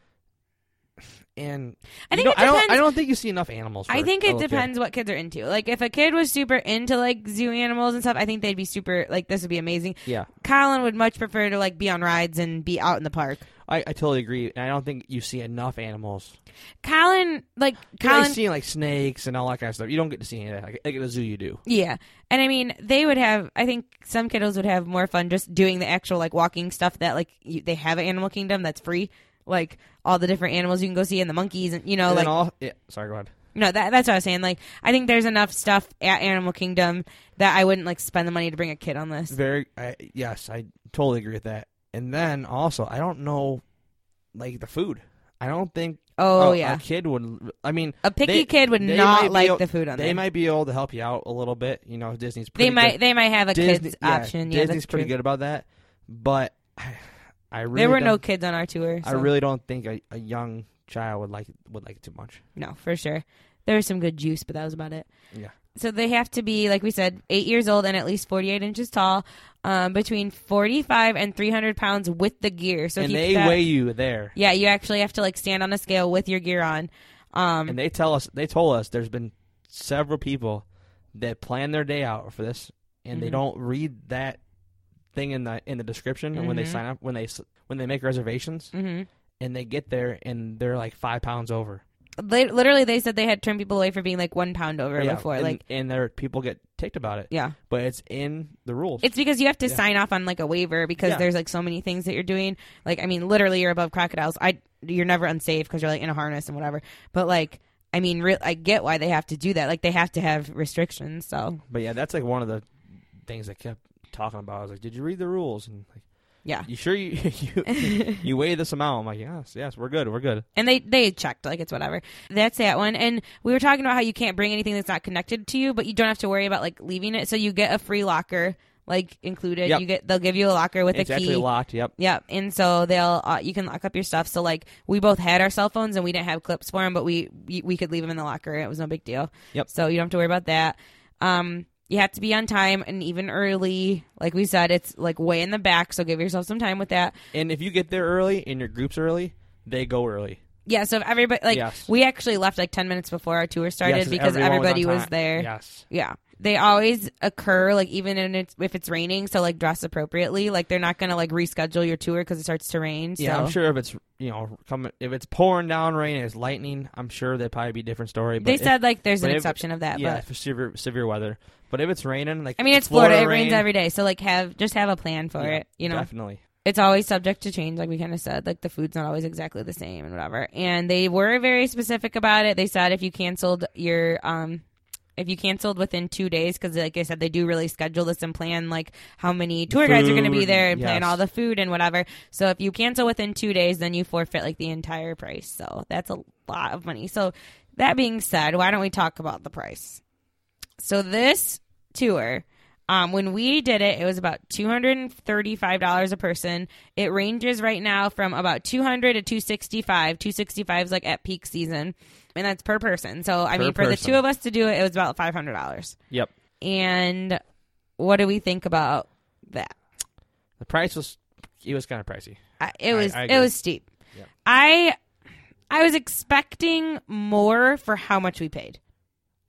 Speaker 2: And
Speaker 1: I
Speaker 2: you
Speaker 1: think
Speaker 2: know,
Speaker 1: it
Speaker 2: I don't. Oh, I
Speaker 1: depends-
Speaker 2: don't think you see enough animals. For
Speaker 1: I think
Speaker 2: a
Speaker 1: it
Speaker 2: little kid.
Speaker 1: depends what kids are into. Like, if a kid was super into like zoo animals and stuff, I think they'd be super like this would be amazing.
Speaker 2: Yeah,
Speaker 1: Colin would much prefer to like be on rides and be out in the park.
Speaker 2: I, I totally agree. And I don't think you see enough animals.
Speaker 1: Colin, like
Speaker 2: You only
Speaker 1: Colin,
Speaker 2: see like snakes and all that kind of stuff. You don't get to see any of that. Like, like at a zoo, you do.
Speaker 1: yeah. And I mean, they would have. I think some kiddos would have more fun just doing the actual like walking stuff that like you, they have at Animal Kingdom that's free. Like all the different animals you can go see and the monkeys and you know
Speaker 2: and
Speaker 1: like
Speaker 2: then all. Yeah, sorry, go ahead.
Speaker 1: No, that, that's what I was saying. Like, I think there's enough stuff at Animal Kingdom that I wouldn't like spend the money to bring a kid on this.
Speaker 2: Very. I, yes, I totally agree with that. And then also, I don't know, like the food. I don't think.
Speaker 1: Oh
Speaker 2: a,
Speaker 1: yeah,
Speaker 2: a kid would. I mean,
Speaker 1: a picky
Speaker 2: uh, they-
Speaker 1: kid would
Speaker 2: they
Speaker 1: not
Speaker 2: might
Speaker 1: like
Speaker 2: be o-
Speaker 1: the food on
Speaker 2: they
Speaker 1: there.
Speaker 2: might be able to help you out a little bit. You know, Disney's pretty
Speaker 1: they might.
Speaker 2: good.
Speaker 1: They might have a
Speaker 2: Disney,
Speaker 1: kids
Speaker 2: yeah,
Speaker 1: option. Yeah,
Speaker 2: Disney's
Speaker 1: that's
Speaker 2: pretty
Speaker 1: true.
Speaker 2: good about that. But I, I really
Speaker 1: there were no
Speaker 2: don't-
Speaker 1: kids on our tour.
Speaker 2: I
Speaker 1: so-
Speaker 2: really don't think a, a young child would like would like it too much.
Speaker 1: no for sure. There was some good juice, but that was about it.
Speaker 2: Yeah.
Speaker 1: So they have to be, like we said, eight years old and at least forty-eight inches tall, um, between forty-five and three hundred pounds with the gear. So
Speaker 2: and
Speaker 1: keep
Speaker 2: they
Speaker 1: that-
Speaker 2: weigh you there.
Speaker 1: Yeah, you actually have to like stand on a scale with your gear on. Um,
Speaker 2: And they tell us they told us there's been several people that plan their day out for this and they
Speaker 1: Mhm.
Speaker 2: don't read that thing in the in the description when they
Speaker 1: Mhm.
Speaker 2: sign up when they s- when they make reservations
Speaker 1: mhm.
Speaker 2: and they get there and they're like 5 pounds over.
Speaker 1: they, literally they said they had turned people away for being like one pound over
Speaker 2: Yeah,
Speaker 1: before
Speaker 2: and,
Speaker 1: like
Speaker 2: and there people get ticked about it.
Speaker 1: yeah
Speaker 2: But it's in the rules.
Speaker 1: it's because you have to
Speaker 2: Yeah.
Speaker 1: sign off on like a waiver because
Speaker 2: Yeah.
Speaker 1: there's like so many things that you're doing like i mean literally you're above crocodiles i you're never unsafe because you're like in a harness and whatever but like i mean re- i get why they have to do that like they have to have restrictions so
Speaker 2: But yeah, that's like one of the things I kept talking about. I was like, "Did you read the rules?" And like,
Speaker 1: Yeah.
Speaker 2: You sure you you, you weigh this amount? I'm like, yes, yes, we're good, we're good.
Speaker 1: And they they checked like it's whatever. That's that one. And we were talking about how you can't bring anything that's not connected to you, but you don't have to worry about like leaving it. So you get a free locker like included.
Speaker 2: Yep.
Speaker 1: You get they'll give you a locker with
Speaker 2: it's
Speaker 1: a key.
Speaker 2: actually locked. Yep.
Speaker 1: Yep. And so they'll uh, you can lock up your stuff. So like we both had our cell phones and we didn't have clips for them, but we we, we could leave them in the locker. It was no big deal.
Speaker 2: Yep.
Speaker 1: So you don't have to worry about that. Um, you have to be on time and even early. Like we said, it's like way in the back, so give yourself some time with that.
Speaker 2: And if you get there early and your group's early, they go early.
Speaker 1: Yeah. So if everybody like
Speaker 2: Yes.
Speaker 1: we actually left like ten minutes before our tour started
Speaker 2: Yes, and
Speaker 1: because
Speaker 2: everyone
Speaker 1: everybody
Speaker 2: on
Speaker 1: was,
Speaker 2: time.
Speaker 1: there.
Speaker 2: Yes.
Speaker 1: Yeah. They always occur, like even in it's, if it's raining. So like dress appropriately. Like they're not gonna like reschedule your tour because it starts to rain.
Speaker 2: Yeah,
Speaker 1: so.
Speaker 2: I'm sure if it's you know coming if it's pouring down rain and it's lightning, I'm sure that'd probably be a different story. But
Speaker 1: They
Speaker 2: if-
Speaker 1: said like there's an
Speaker 2: but if-
Speaker 1: exception of that,
Speaker 2: yeah,
Speaker 1: but
Speaker 2: for severe severe weather. But if it's raining, like
Speaker 1: I mean it's Florida. it
Speaker 2: rain,
Speaker 1: rains every day, so like have just have a plan for
Speaker 2: Yeah,
Speaker 1: it. You know,
Speaker 2: definitely.
Speaker 1: it's always subject to change, like we kind of said. Like the food's not always exactly the same and whatever. And they were very specific about it. They said if you canceled your um. If you canceled within two days, because like I said, they do really schedule this and plan like how many tour guides are going to be
Speaker 2: food,
Speaker 1: there and plan
Speaker 2: yes.
Speaker 1: all the food and whatever. So if you cancel within two days, then you forfeit like the entire price. So that's a lot of money. So that being said, why don't we talk about the price? So this tour, um, when we did it, it was about two hundred and thirty-five dollars a person. It ranges right now from about two hundred to two sixty-five. Two sixty-five is like at peak season, and that's per person. So I
Speaker 2: Per
Speaker 1: mean, for the
Speaker 2: person.
Speaker 1: two of us to do it, it was about five hundred dollars.
Speaker 2: Yep.
Speaker 1: And what do we think about that?
Speaker 2: The price was it was kind of pricey.
Speaker 1: I, it
Speaker 2: I-
Speaker 1: was
Speaker 2: I
Speaker 1: it
Speaker 2: agree.
Speaker 1: was steep.
Speaker 2: Yeah.
Speaker 1: I I was expecting more for how much we paid.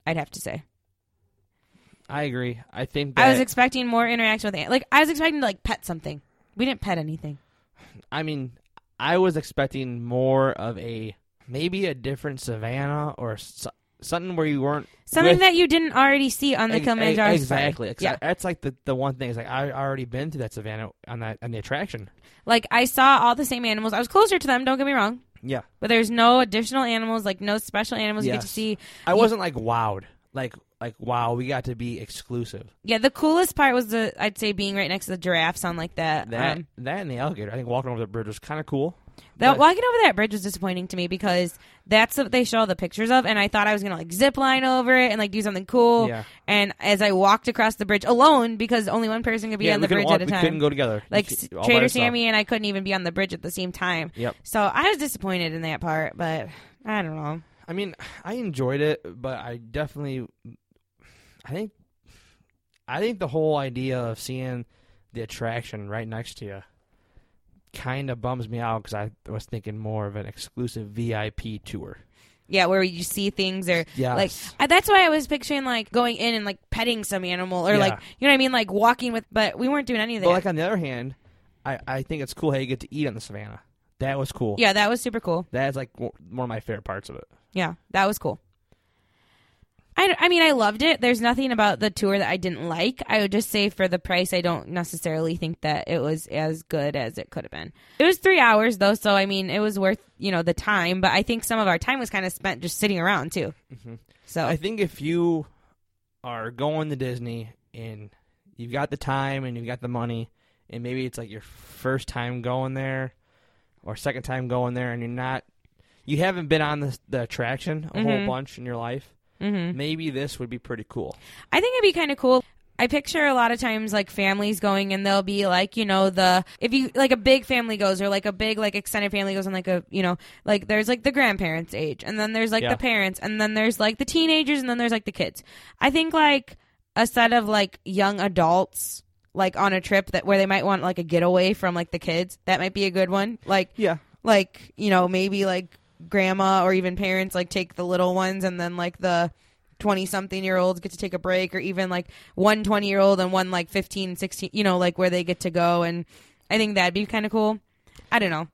Speaker 1: I'd have to say.
Speaker 2: I agree. I think that,
Speaker 1: I was expecting more interaction with Aunt. Like I was expecting to like pet something. We didn't pet anything.
Speaker 2: I mean, I was expecting more of a maybe a different Savannah or so, something where you weren't
Speaker 1: Something
Speaker 2: With-
Speaker 1: that you didn't already see on the
Speaker 2: Ex-
Speaker 1: Kilimanjaro.
Speaker 2: ex-
Speaker 1: safari.
Speaker 2: exactly. Ex-
Speaker 1: Yeah.
Speaker 2: That's like the, the one thing is like I already been to that Savannah on that on the attraction.
Speaker 1: Like I saw all the same animals. I was closer to them. Don't get me wrong.
Speaker 2: Yeah,
Speaker 1: But there's no additional animals. Like no special animals you get to
Speaker 2: Yes.
Speaker 1: see.
Speaker 2: I wasn't like wowed. Like like wow, we got to be exclusive.
Speaker 1: Yeah. The coolest part was the I'd say being right next to the giraffes on like that.
Speaker 2: That
Speaker 1: um,
Speaker 2: that and the alligator. I think walking over the bridge was kind of cool.
Speaker 1: That
Speaker 2: But-
Speaker 1: walking over that bridge was disappointing to me because that's what they show all the pictures of, and I thought I was gonna like zip line over it and like do something cool.
Speaker 2: Yeah.
Speaker 1: And as I walked across the bridge alone, because only one person could be
Speaker 2: yeah,
Speaker 1: on
Speaker 2: we
Speaker 1: the
Speaker 2: couldn't
Speaker 1: bridge at
Speaker 2: walk-
Speaker 1: a
Speaker 2: we couldn't
Speaker 1: time,
Speaker 2: go together.
Speaker 1: like
Speaker 2: You
Speaker 1: S-
Speaker 2: could- all by
Speaker 1: Trader
Speaker 2: yourself.
Speaker 1: Sammy and I couldn't even be on the bridge at the same time.
Speaker 2: Yep.
Speaker 1: So I was disappointed in that part, but I don't know.
Speaker 2: I mean, I enjoyed it, but I definitely, I think, I think the whole idea of seeing the attraction right next to you kind of bums me out because I was thinking more of an exclusive VIP tour.
Speaker 1: Yeah, where you see things or
Speaker 2: Yes.
Speaker 1: like I, that's why I was picturing like going in and like petting some animal or
Speaker 2: Yeah.
Speaker 1: like you know what I mean, like walking with. But we weren't doing any of that.
Speaker 2: but like on the other hand, I I think it's cool how you get to eat on the savannah. That was cool.
Speaker 1: yeah, that was super cool.
Speaker 2: That's like w- one of my favorite parts of it.
Speaker 1: Yeah, that was cool. I, I mean, I loved it. There's nothing about the tour that I didn't like. I would just say for the price, I don't necessarily think that it was as good as it could have been. It was three hours though, so I mean, it was worth you know the time. But I think some of our time was kind of spent just sitting around too.
Speaker 2: Mhm.
Speaker 1: So
Speaker 2: I think if you are going to Disney and you've got the time and you've got the money, and maybe it's like your first time going there or second time going there, and you're not, you haven't been on the, the attraction a
Speaker 1: Mhm.
Speaker 2: whole bunch in your life,
Speaker 1: mhm.
Speaker 2: maybe this would be pretty cool.
Speaker 1: I think it'd be kind of cool. I picture a lot of times like families going and they'll be like, you know, the if you like a big family goes or like a big like extended family goes on like a, you know, like there's like the grandparents age and then there's like
Speaker 2: Yeah.
Speaker 1: the parents and then there's like the teenagers and then there's like the kids. I think like a set of like young adults like on a trip that where they might want like a getaway from like the kids, that might be a good one. Like
Speaker 2: Yeah.
Speaker 1: like you know maybe like grandma or even parents like take the little ones and then like the 20 something year olds get to take a break or even like one 20 year old and one like 15 16 you know like where they get to go and i think that'd be kind of cool i don't know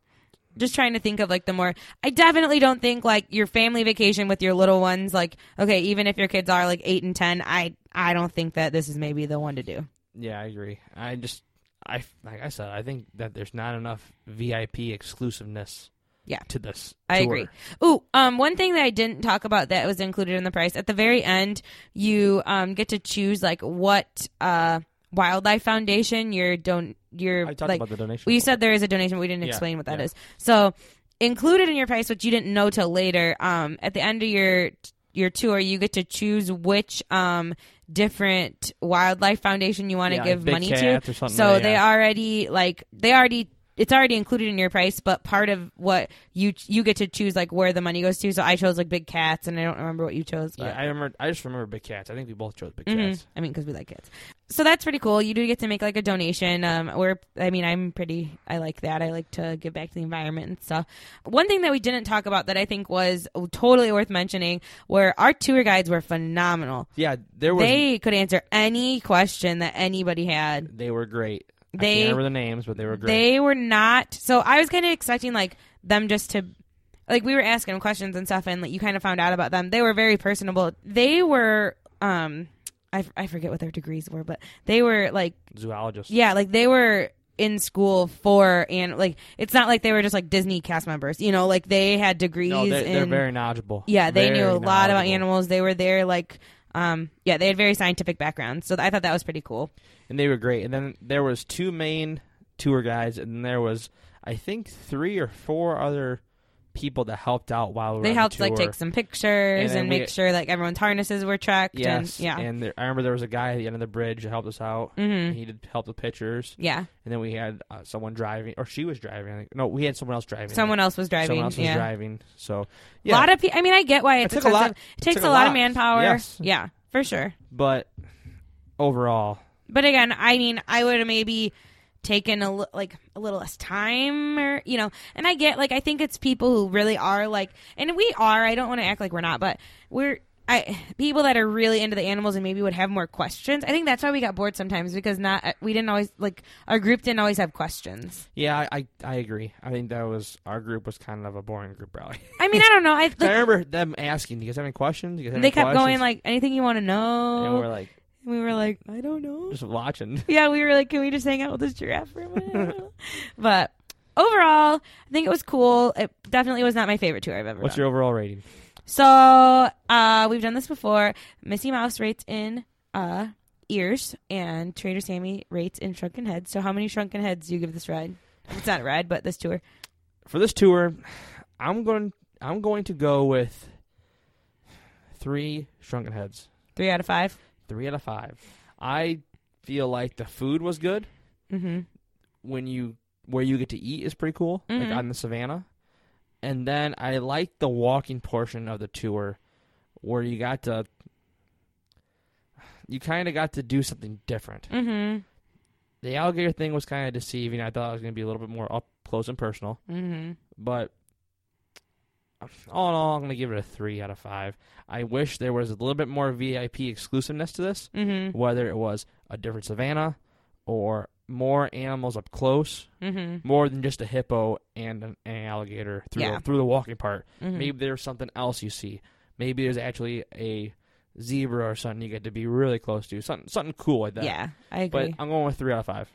Speaker 1: just trying to think of like the more i definitely don't think like your family vacation with your little ones like okay even if your kids are like 8 and 10 i i don't think that this is maybe the one to do
Speaker 2: Yeah, I agree. I just, I like I said, I think that there's not enough VIP exclusiveness.
Speaker 1: Yeah.
Speaker 2: To this.
Speaker 1: I
Speaker 2: tour.
Speaker 1: agree. Ooh, um, one thing that I didn't talk about that was included in the price at the very end, you um get to choose like what uh wildlife foundation you're don your
Speaker 2: I talked
Speaker 1: like
Speaker 2: about the donation.
Speaker 1: well, you said there is a donation. But we didn't
Speaker 2: Yeah,
Speaker 1: explain what that
Speaker 2: yeah.
Speaker 1: is. So included in your price, which you didn't know till later. Um, at the end of your your tour, you get to choose which um different wildlife foundation you want to
Speaker 2: Yeah, like
Speaker 1: give
Speaker 2: Big
Speaker 1: money to.
Speaker 2: Cats or something,
Speaker 1: So
Speaker 2: yeah.
Speaker 1: they already like they already it's already included in your price, but part of what you you get to choose like where the money goes to. So I chose like big cats, and I don't remember what you chose. But
Speaker 2: Yeah, I remember. I just remember big cats. I think we both chose big
Speaker 1: Mhm.
Speaker 2: cats.
Speaker 1: I mean, because we like kids. So that's pretty cool. You do get to make like a donation. Um, we're, I mean, I'm pretty, I like that. I like to give back to the environment and stuff. One thing that we didn't talk about that I think was totally worth mentioning were our tour guides were phenomenal.
Speaker 2: Yeah, there was. They,
Speaker 1: They could answer any question that anybody had.
Speaker 2: were great. I
Speaker 1: They-
Speaker 2: can't remember the names, but they were great.
Speaker 1: They were not, so I was kind of expecting like them just to, like we were asking them questions and stuff and like, you kind of found out about them. They were very personable. They were, um, I, I forget what their degrees were, but they were like
Speaker 2: Zoologists.
Speaker 1: Yeah, like they were in school for and like it's not like they were just like Disney cast members, you know, like they had degrees
Speaker 2: no, they're, they're
Speaker 1: in-
Speaker 2: very knowledgeable.
Speaker 1: Yeah, they
Speaker 2: Very
Speaker 1: knew a lot about
Speaker 2: knowledgeable.
Speaker 1: animals. They were there like um yeah, they had very scientific backgrounds. So I thought that was pretty cool.
Speaker 2: and they were great. And then there was two main tour guides, and there was I think three or four other people that helped out while we were
Speaker 1: They
Speaker 2: on the
Speaker 1: helped like
Speaker 2: tour.
Speaker 1: take some pictures
Speaker 2: And then
Speaker 1: and, make
Speaker 2: we-
Speaker 1: sure like everyone's harnesses were checked
Speaker 2: Yes,
Speaker 1: and yeah.
Speaker 2: And there, I remember there was a guy at the end of the bridge that helped us out.
Speaker 1: Mhm.
Speaker 2: He did help with pictures,
Speaker 1: yeah.
Speaker 2: and then we had uh, someone driving, or she was driving. I think. No, we had someone else driving.
Speaker 1: Someone else was driving.
Speaker 2: Someone else was
Speaker 1: yeah.
Speaker 2: driving. So
Speaker 1: A
Speaker 2: yeah,
Speaker 1: lot of people I mean I get why it's
Speaker 2: took a lot-
Speaker 1: expensive. It takes
Speaker 2: took
Speaker 1: a
Speaker 2: a
Speaker 1: lot of
Speaker 2: lot.
Speaker 1: manpower.
Speaker 2: Yes.
Speaker 1: Yeah, for sure.
Speaker 2: but overall,
Speaker 1: But again, I mean, I would have maybe taken a li- like a little less time, or you know. And I get like I think it's people who really are like, and we are. I don't want to act like we're not, but we're. I, people that are really into the animals and maybe would have more questions. I think that's why we got bored sometimes because not uh, we didn't always like our group didn't always have questions.
Speaker 2: yeah, I, I I agree. I think that was our group was kind of a boring group, probably.
Speaker 1: I mean, I don't know. I
Speaker 2: I
Speaker 1: like,
Speaker 2: remember them asking, "Do you guys have any questions?" Do you guys have
Speaker 1: they
Speaker 2: any
Speaker 1: kept going
Speaker 2: questions?"
Speaker 1: like anything you want to
Speaker 2: and
Speaker 1: know.
Speaker 2: we're like
Speaker 1: we were like, I don't know.
Speaker 2: just watching.
Speaker 1: Yeah, we were like, can we just hang out with this giraffe for a minute? but overall, I think it was cool. It definitely was not my favorite tour I've ever
Speaker 2: What's
Speaker 1: done.
Speaker 2: your overall rating?
Speaker 1: so uh, we've done this before. Missy Mouse rates in uh, ears, and Trader Sammy rates in shrunken heads. So how many shrunken heads do you give this ride? It's not a ride, but this tour.
Speaker 2: For this tour, I'm going. I'm going to go with three shrunken heads.
Speaker 1: Three out of 5
Speaker 2: Three out of five. I feel like the food was good.
Speaker 1: Mm-hmm.
Speaker 2: when you where you get to eat is pretty cool,
Speaker 1: Mhm.
Speaker 2: like on the savannah. And then I liked the walking portion of the tour, where you got to you kind of got to do something different.
Speaker 1: Mm-hmm.
Speaker 2: The alligator thing was kind of deceiving. I thought it was going to be a little bit more up close and personal,
Speaker 1: Mm-hmm.
Speaker 2: but all in all, I'm going to give it a three out of five. I wish there was a little bit more VIP exclusiveness to this,
Speaker 1: Mm-hmm.
Speaker 2: whether it was a different savannah or more animals up close
Speaker 1: Mm-hmm.
Speaker 2: more than just a hippo and an, an alligator through
Speaker 1: Yeah.
Speaker 2: the, through the walking part.
Speaker 1: Mm-hmm.
Speaker 2: Maybe there's something else you see. Maybe there's actually a zebra or something you get to be really close to. Something something cool like that.
Speaker 1: Yeah, I agree.
Speaker 2: But I'm going with three out of five.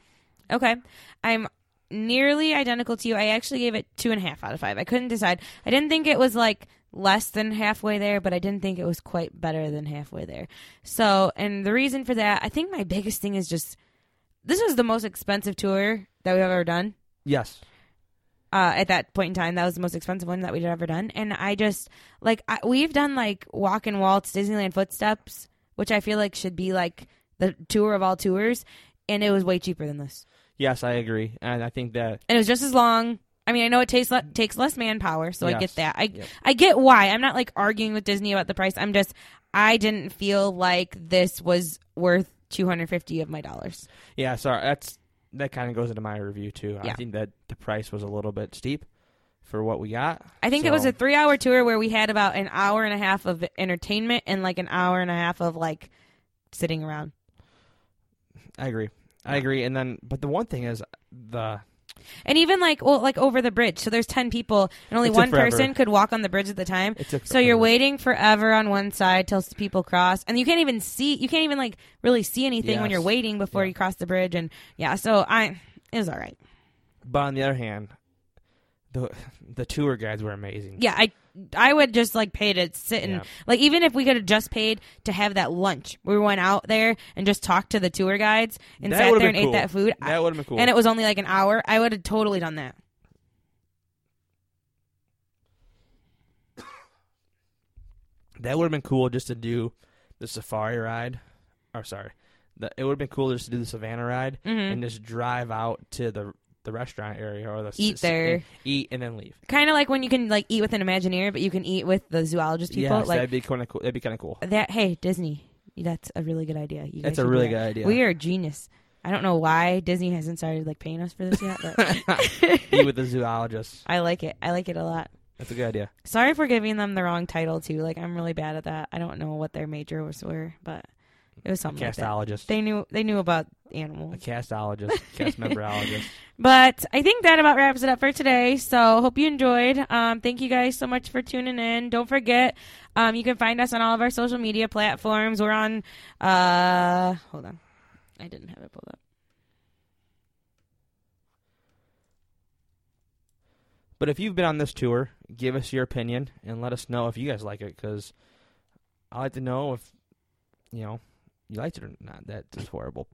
Speaker 1: Okay. I'm nearly identical to you. I actually gave it two and a half out of five. I couldn't decide. I didn't think it was like less than halfway there, but I didn't think it was quite better than halfway there. So, and the reason for that, I think my biggest thing is just this was the most expensive tour that we've ever done.
Speaker 2: Yes.
Speaker 1: Uh, at that point in time, that was the most expensive one that we'd ever done. And I just, like, I, we've done, like, Walk and Waltz, Disneyland Footsteps, which I feel like should be, like, the tour of all tours. And it was way cheaper than this
Speaker 2: Yes, I agree. And I think that
Speaker 1: and it was just as long. I mean, I know it takes le- takes less manpower, so I
Speaker 2: Yes.
Speaker 1: get that. I
Speaker 2: Yep.
Speaker 1: I get why. I'm not like arguing with Disney about the price. I'm just I didn't feel like this was worth 250 of my dollars.
Speaker 2: yeah, sorry, that's that kind of goes into my review too.
Speaker 1: Yeah.
Speaker 2: I think that the price was a little bit steep for what we got.
Speaker 1: I think it was
Speaker 2: So-
Speaker 1: a 3-hour tour where we had about an hour and a half of entertainment and like an hour and a half of like sitting around.
Speaker 2: I agree. I
Speaker 1: Yeah.
Speaker 2: agree. And then but the one thing is the
Speaker 1: And even like well like over the bridge. So there's 10 people and only
Speaker 2: It took
Speaker 1: one
Speaker 2: forever.
Speaker 1: person could walk on the bridge at the time.
Speaker 2: it took
Speaker 1: So you're
Speaker 2: forever.
Speaker 1: waiting forever on one side till s- people cross, and you can't even see. You can't even like really see anything when
Speaker 2: Yes.
Speaker 1: you're waiting before
Speaker 2: Yeah.
Speaker 1: you cross the bridge. And yeah, so I it was all right.
Speaker 2: But on the other hand, the the tour guides were amazing.
Speaker 1: Yeah, I I would just like pay to sit and
Speaker 2: Yeah.
Speaker 1: like even if we could have just paid to have that lunch, we went out there and just talked to the tour guides and
Speaker 2: That
Speaker 1: sat
Speaker 2: would've
Speaker 1: there and
Speaker 2: been
Speaker 1: ate
Speaker 2: cool.
Speaker 1: that food. I-
Speaker 2: That would have been cool.
Speaker 1: And it was only like an hour. I would have totally done that.
Speaker 2: that would have been cool just to do the safari ride. Or sorry, the, it would have been cool just to do the Savannah ride
Speaker 1: Mhm.
Speaker 2: and just drive out to the the restaurant area or the s-
Speaker 1: Eat
Speaker 2: s-
Speaker 1: there.
Speaker 2: eat and then leave.
Speaker 1: Kind of like when you can like eat with an Imagineer, but you can eat with the zoologist people.
Speaker 2: Yeah, that'd
Speaker 1: like
Speaker 2: be kind of cool. That'd be kind of cool.
Speaker 1: that, Hey, Disney, that's a really good idea. You guys
Speaker 2: That's a
Speaker 1: should do
Speaker 2: really
Speaker 1: that.
Speaker 2: good idea.
Speaker 1: We are a genius. I don't know why Disney hasn't started like paying us for this yet, but
Speaker 2: eat with the zoologist.
Speaker 1: I like it. I like it a lot.
Speaker 2: That's a good idea.
Speaker 1: Sorry for giving them the wrong title too. Like I'm really bad at that. I don't know what their majors were, but it was something like that.
Speaker 2: Castologist.
Speaker 1: They knew they knew about
Speaker 2: A
Speaker 1: animals.
Speaker 2: castologist. Cast memberologist.
Speaker 1: But I think that about wraps it up for today. So hope you enjoyed. Um, thank you guys so much for tuning in. Don't forget, um, you can find us on all of our social media platforms. We're on. Uh, hold on, I didn't have it pulled up.
Speaker 2: But if you've been on this tour, give us your opinion and let us know if you guys like it because I like to know if you know you liked it or not. That is horrible.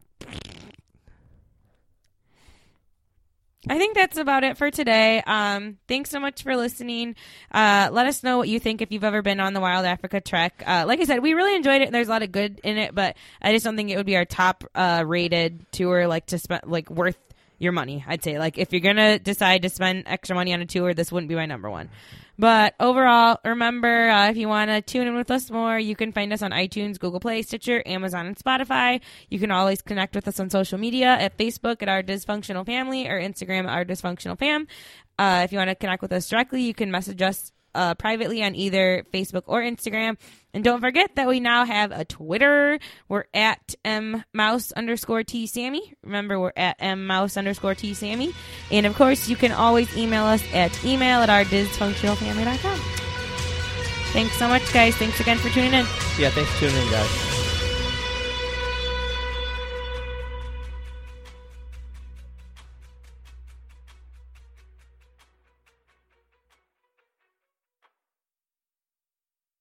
Speaker 1: I think that's about it for today. Um, thanks so much for listening. Uh, let us know what you think if you've ever been on the Wild Africa Trek. Uh, like I said, we really enjoyed it. and There's a lot of good in it, but I just don't think it would be our top uh, rated tour, like to spend, like worth your money. I'd say, like if you're gonna decide to spend extra money on a tour, this wouldn't be my number one. But overall, remember uh, if you want to tune in with us more, you can find us on iTunes, Google Play, Stitcher, Amazon, and Spotify. You can always connect with us on social media at Facebook at Our Dysfunctional Family or Instagram at Our Dysfunctional Fam. Uh, if you want to connect with us directly, you can message us uh, privately on either Facebook or Instagram. And don't forget that we now have a Twitter. We're at mmouse underscore t sammy. Remember, we're at mmouse underscore t sammy. And of course, you can always email us at email at our dysfunctionalfamily.com. Thanks so much, guys. Thanks again for tuning in.
Speaker 2: Yeah, thanks for tuning in, guys.